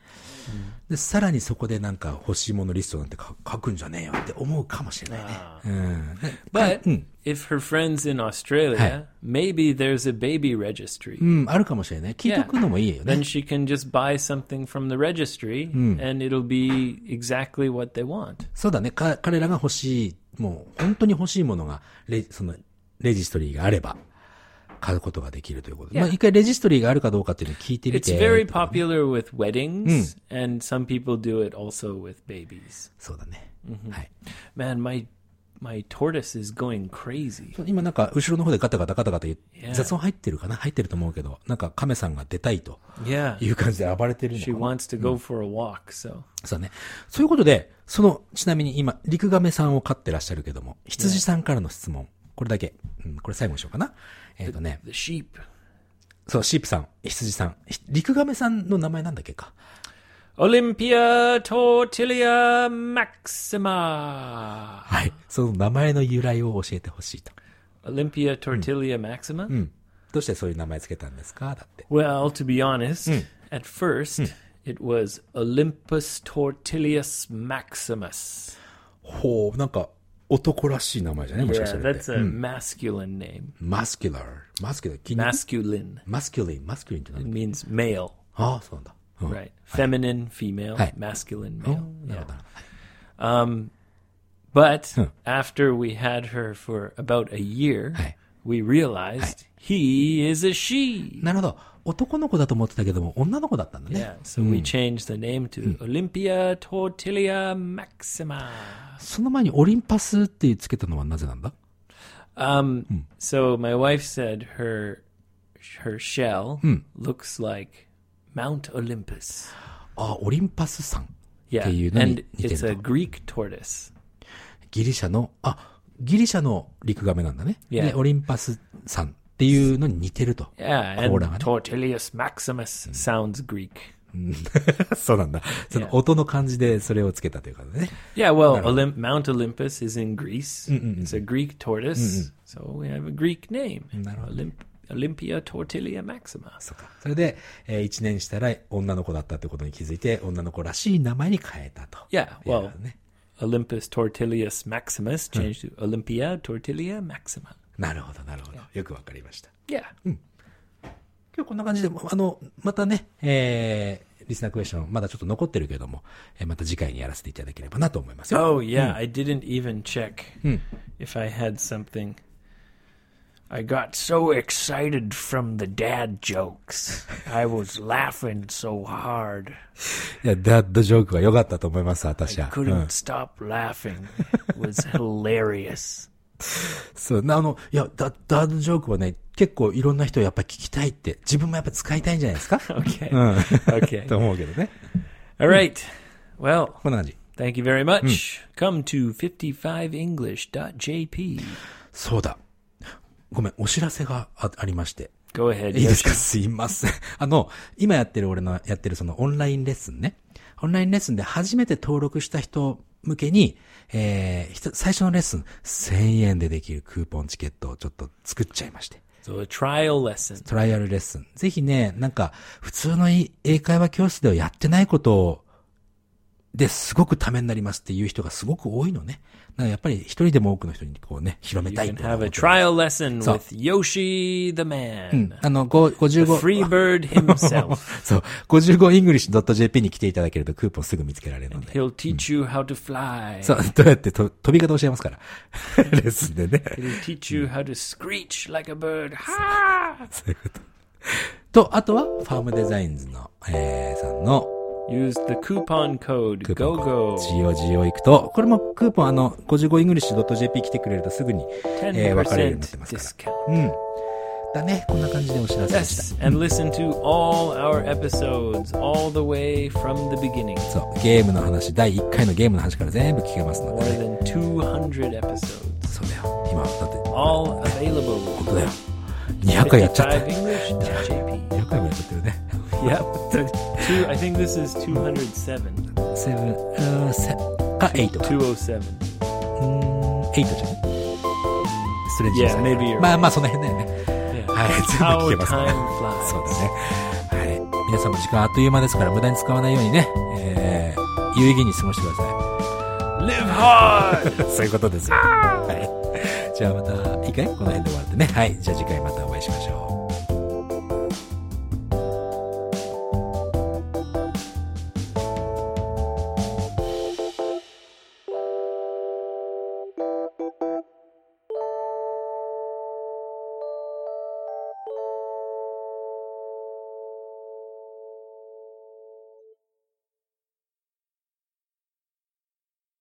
Speaker 2: で、さらにそこでなんか欲しいものリストなんて書書くんじゃねえよって思うかもしれないね。うん。
Speaker 1: But if her friends in Australia, maybe there's a baby registry.
Speaker 2: うん、あるかもしれない。聞いとくのもいいよ
Speaker 1: Then
Speaker 2: ね。
Speaker 1: she can just buy something from the registry and it'll be exactly what they want.
Speaker 2: そうだね。か、彼らが欲しい、もう本当に欲しいものが、レジ、その、レジストリーがあれば、買うことができるということで。まあ、一回レジストリーがあるかどうかっていうのを聞いてみ
Speaker 1: It's
Speaker 2: て。
Speaker 1: very popular with weddings, and some people do it also with babies.
Speaker 2: そうだね。はい。
Speaker 1: Man, my my tortoise is going crazy.
Speaker 2: 今なんか、後ろの方でガタガタガタガタ言う
Speaker 1: Yeah.
Speaker 2: 雑音入ってるかな入ってると思うけど、なんか亀さんが出たいと
Speaker 1: Yeah.
Speaker 2: いう感じで暴れてるの
Speaker 1: She
Speaker 2: かな
Speaker 1: wants to go for a walk, so
Speaker 2: そうだね。そういうことで、その、ちなみに今、リクガメさんを飼ってらっしゃるけども、羊さんからの質問。これだけ。うん、これ最後にしようかな。えっ、とね、
Speaker 1: the sheep.
Speaker 2: そう、シープさん、羊さん。ひリクガメさんの名前なんだっけか。
Speaker 1: Olympia Tortilla Maxima.
Speaker 2: はい。その名前の由来を教えてほしいと。
Speaker 1: Olympia Tortilla Maxima?
Speaker 2: どうしてそういう名前つけたんですかだって。
Speaker 1: Well, to be honest,
Speaker 2: Hmm.
Speaker 1: at first it was Olympus Tortilius Maximus.
Speaker 2: ほう、なんか、男らしい名前じゃないもしか
Speaker 1: Yeah,
Speaker 2: したら。
Speaker 1: that's a masculine name.
Speaker 2: マスキュラー。マスキュラー。筋肉
Speaker 1: Masculine
Speaker 2: マスキュリン、マスキュリンって何
Speaker 1: means male.
Speaker 2: ああ、そうなんだ。うん
Speaker 1: Right. Feminine, female,
Speaker 2: Oh, Hi. Oh.
Speaker 1: masculine, male.
Speaker 2: なる
Speaker 1: Yeah.
Speaker 2: ほど。
Speaker 1: But after we had her for about a year,
Speaker 2: Hi.
Speaker 1: we realized he is a she.
Speaker 2: なるほど。男の子だと思ってたけども、女の子だったんだね。
Speaker 1: Yeah, so
Speaker 2: Hmm.
Speaker 1: we changed the name to Olympia Tortilla Maxima.
Speaker 2: その前にオリンパスってつけたのはなぜなんだ
Speaker 1: Um, So my wife said her her shell looks like Mount Olympus.
Speaker 2: ああ、オリンパス山。
Speaker 1: Yeah,
Speaker 2: っていうのに
Speaker 1: and
Speaker 2: 似てると。
Speaker 1: it's a Greek tortoise.
Speaker 2: ギリシャの、あ、ギリシャの陸亀なんだね。
Speaker 1: Yeah.
Speaker 2: で、オリンパス山っていうのに似てると。
Speaker 1: Yeah, and
Speaker 2: 甲羅がね。
Speaker 1: Tortilius Maximus sounds Greek.
Speaker 2: そうなんだ。その音の感じでそれをつけたということね。
Speaker 1: Yeah, well, Olymp- Mount Olympus is in Greece. It's a Greek tortoise, so we have a Greek name. Olymp- Olympia Tortilla Maxima.
Speaker 2: そうか。それで、え1年したら女の子だったってことに気づいて、女の子らしい名前に変えたと。
Speaker 1: Yeah,
Speaker 2: いう
Speaker 1: well,
Speaker 2: ね。
Speaker 1: Olympus Tortilius Maximus changed to Olympia Tortilla Maxima.
Speaker 2: なるほど、なるほど。よくわかりました。
Speaker 1: Yeah.
Speaker 2: 今日こんな感じで、まあの、またね、えー、リスナークエスチョン、まだちょっと残ってるけども、えーまた次回にやらせていただければなと思いますよ。
Speaker 1: Oh, yeah. I didn't even check if I had something. I got so excited from the dad jokes. I was laughing so hard.
Speaker 2: いや、ダッドジョークは良かったと思います、私は。
Speaker 1: Couldn't
Speaker 2: うん
Speaker 1: stop laughing. It was hilarious.
Speaker 2: そう、なあの、いや、ダダッドジョークはね、結構いろんな人やっぱり聞きたいって、自分もやっぱ使いたいんじゃないですか
Speaker 1: Okay.
Speaker 2: うん。
Speaker 1: Okay.
Speaker 2: と思うけどね。
Speaker 1: All right. Well,
Speaker 2: こんな感じ。
Speaker 1: Thank you very much. Come to 55english.jp.
Speaker 2: そうだ。ごめん、お知らせがあありまして。
Speaker 1: Go ahead.
Speaker 2: いいですか
Speaker 1: Yoshi.
Speaker 2: すいません。 あの、今やってる俺のやってるそのオンラインレッスンね。オンラインレッスンで初めて登録した人向けに、えーひと、最初のレッスン1000円でできるクーポンチケットをちょっと作っちゃいまして。
Speaker 1: So a trial lesson.
Speaker 2: トライアルレッスン。ぜひね、なんか、普通のい英会話教室ではやってないことを、ですごくためになりますっていう人がすごく多いのね。なんかやっぱり一人でも多くの人にこうね、広め
Speaker 1: You
Speaker 2: たい
Speaker 1: can
Speaker 2: っていうの
Speaker 1: have
Speaker 2: が
Speaker 1: a trial lesson
Speaker 2: So-
Speaker 1: with Yoshi the
Speaker 2: うん
Speaker 1: man,
Speaker 2: あの、ご
Speaker 1: the
Speaker 2: 55、
Speaker 1: free bird himself.
Speaker 2: そう。55english.jp に来ていただけるとクーポンすぐ見つけられるので。
Speaker 1: He'll teach you how to fly.
Speaker 2: そう、どうやってと飛び方教えますから。 レッスンでね。
Speaker 1: He'll teach you how to screech like a bird. Ha!
Speaker 2: そういうこと。と、あとは、ファームデザインズの、えー、さんの
Speaker 1: Use the coupon code
Speaker 2: クーポン
Speaker 1: GOGO.
Speaker 2: ジオジオ行くと、これもクーポンあの、55english.jp 来てくれるとすぐに、えー、分かれるようになってま
Speaker 1: 10%
Speaker 2: すから。
Speaker 1: discount.
Speaker 2: うん。だね。こんな感じでお知らせでした。
Speaker 1: Yes, and listen to all our episodes all the way from the beginning.
Speaker 2: そう。ゲームの話、第1回のゲームの話から全部聞けますの
Speaker 1: More
Speaker 2: でね。
Speaker 1: than 200 episodes.
Speaker 2: そうだよ。今、だって、
Speaker 1: All available.
Speaker 2: 本当だよ。200回やっちゃった。
Speaker 1: 55english.jp.
Speaker 2: 200回もやっちゃってるね。
Speaker 1: Yep. Two, I think this is 207.
Speaker 2: セブン、うん、セ、か、エイトか。う
Speaker 1: 207.
Speaker 2: ーん、エイトじゃん。ストレッチ
Speaker 1: Yeah,
Speaker 2: さん
Speaker 1: maybe you're
Speaker 2: まあまあ、その辺だよね。
Speaker 1: Yeah.
Speaker 2: はい、全部
Speaker 1: How time
Speaker 2: 聞けますから。
Speaker 1: flies.
Speaker 2: そうだね。はい。皆さんも時間あっという間ですから、無駄に使わないようにね、えー、有意義に過ごしてくださ
Speaker 1: Live hard!
Speaker 2: い。 そういうことですよ。はい。じゃあまた、いいかいこの辺で終わってね。はい。じゃあ次回またお会いしましょう。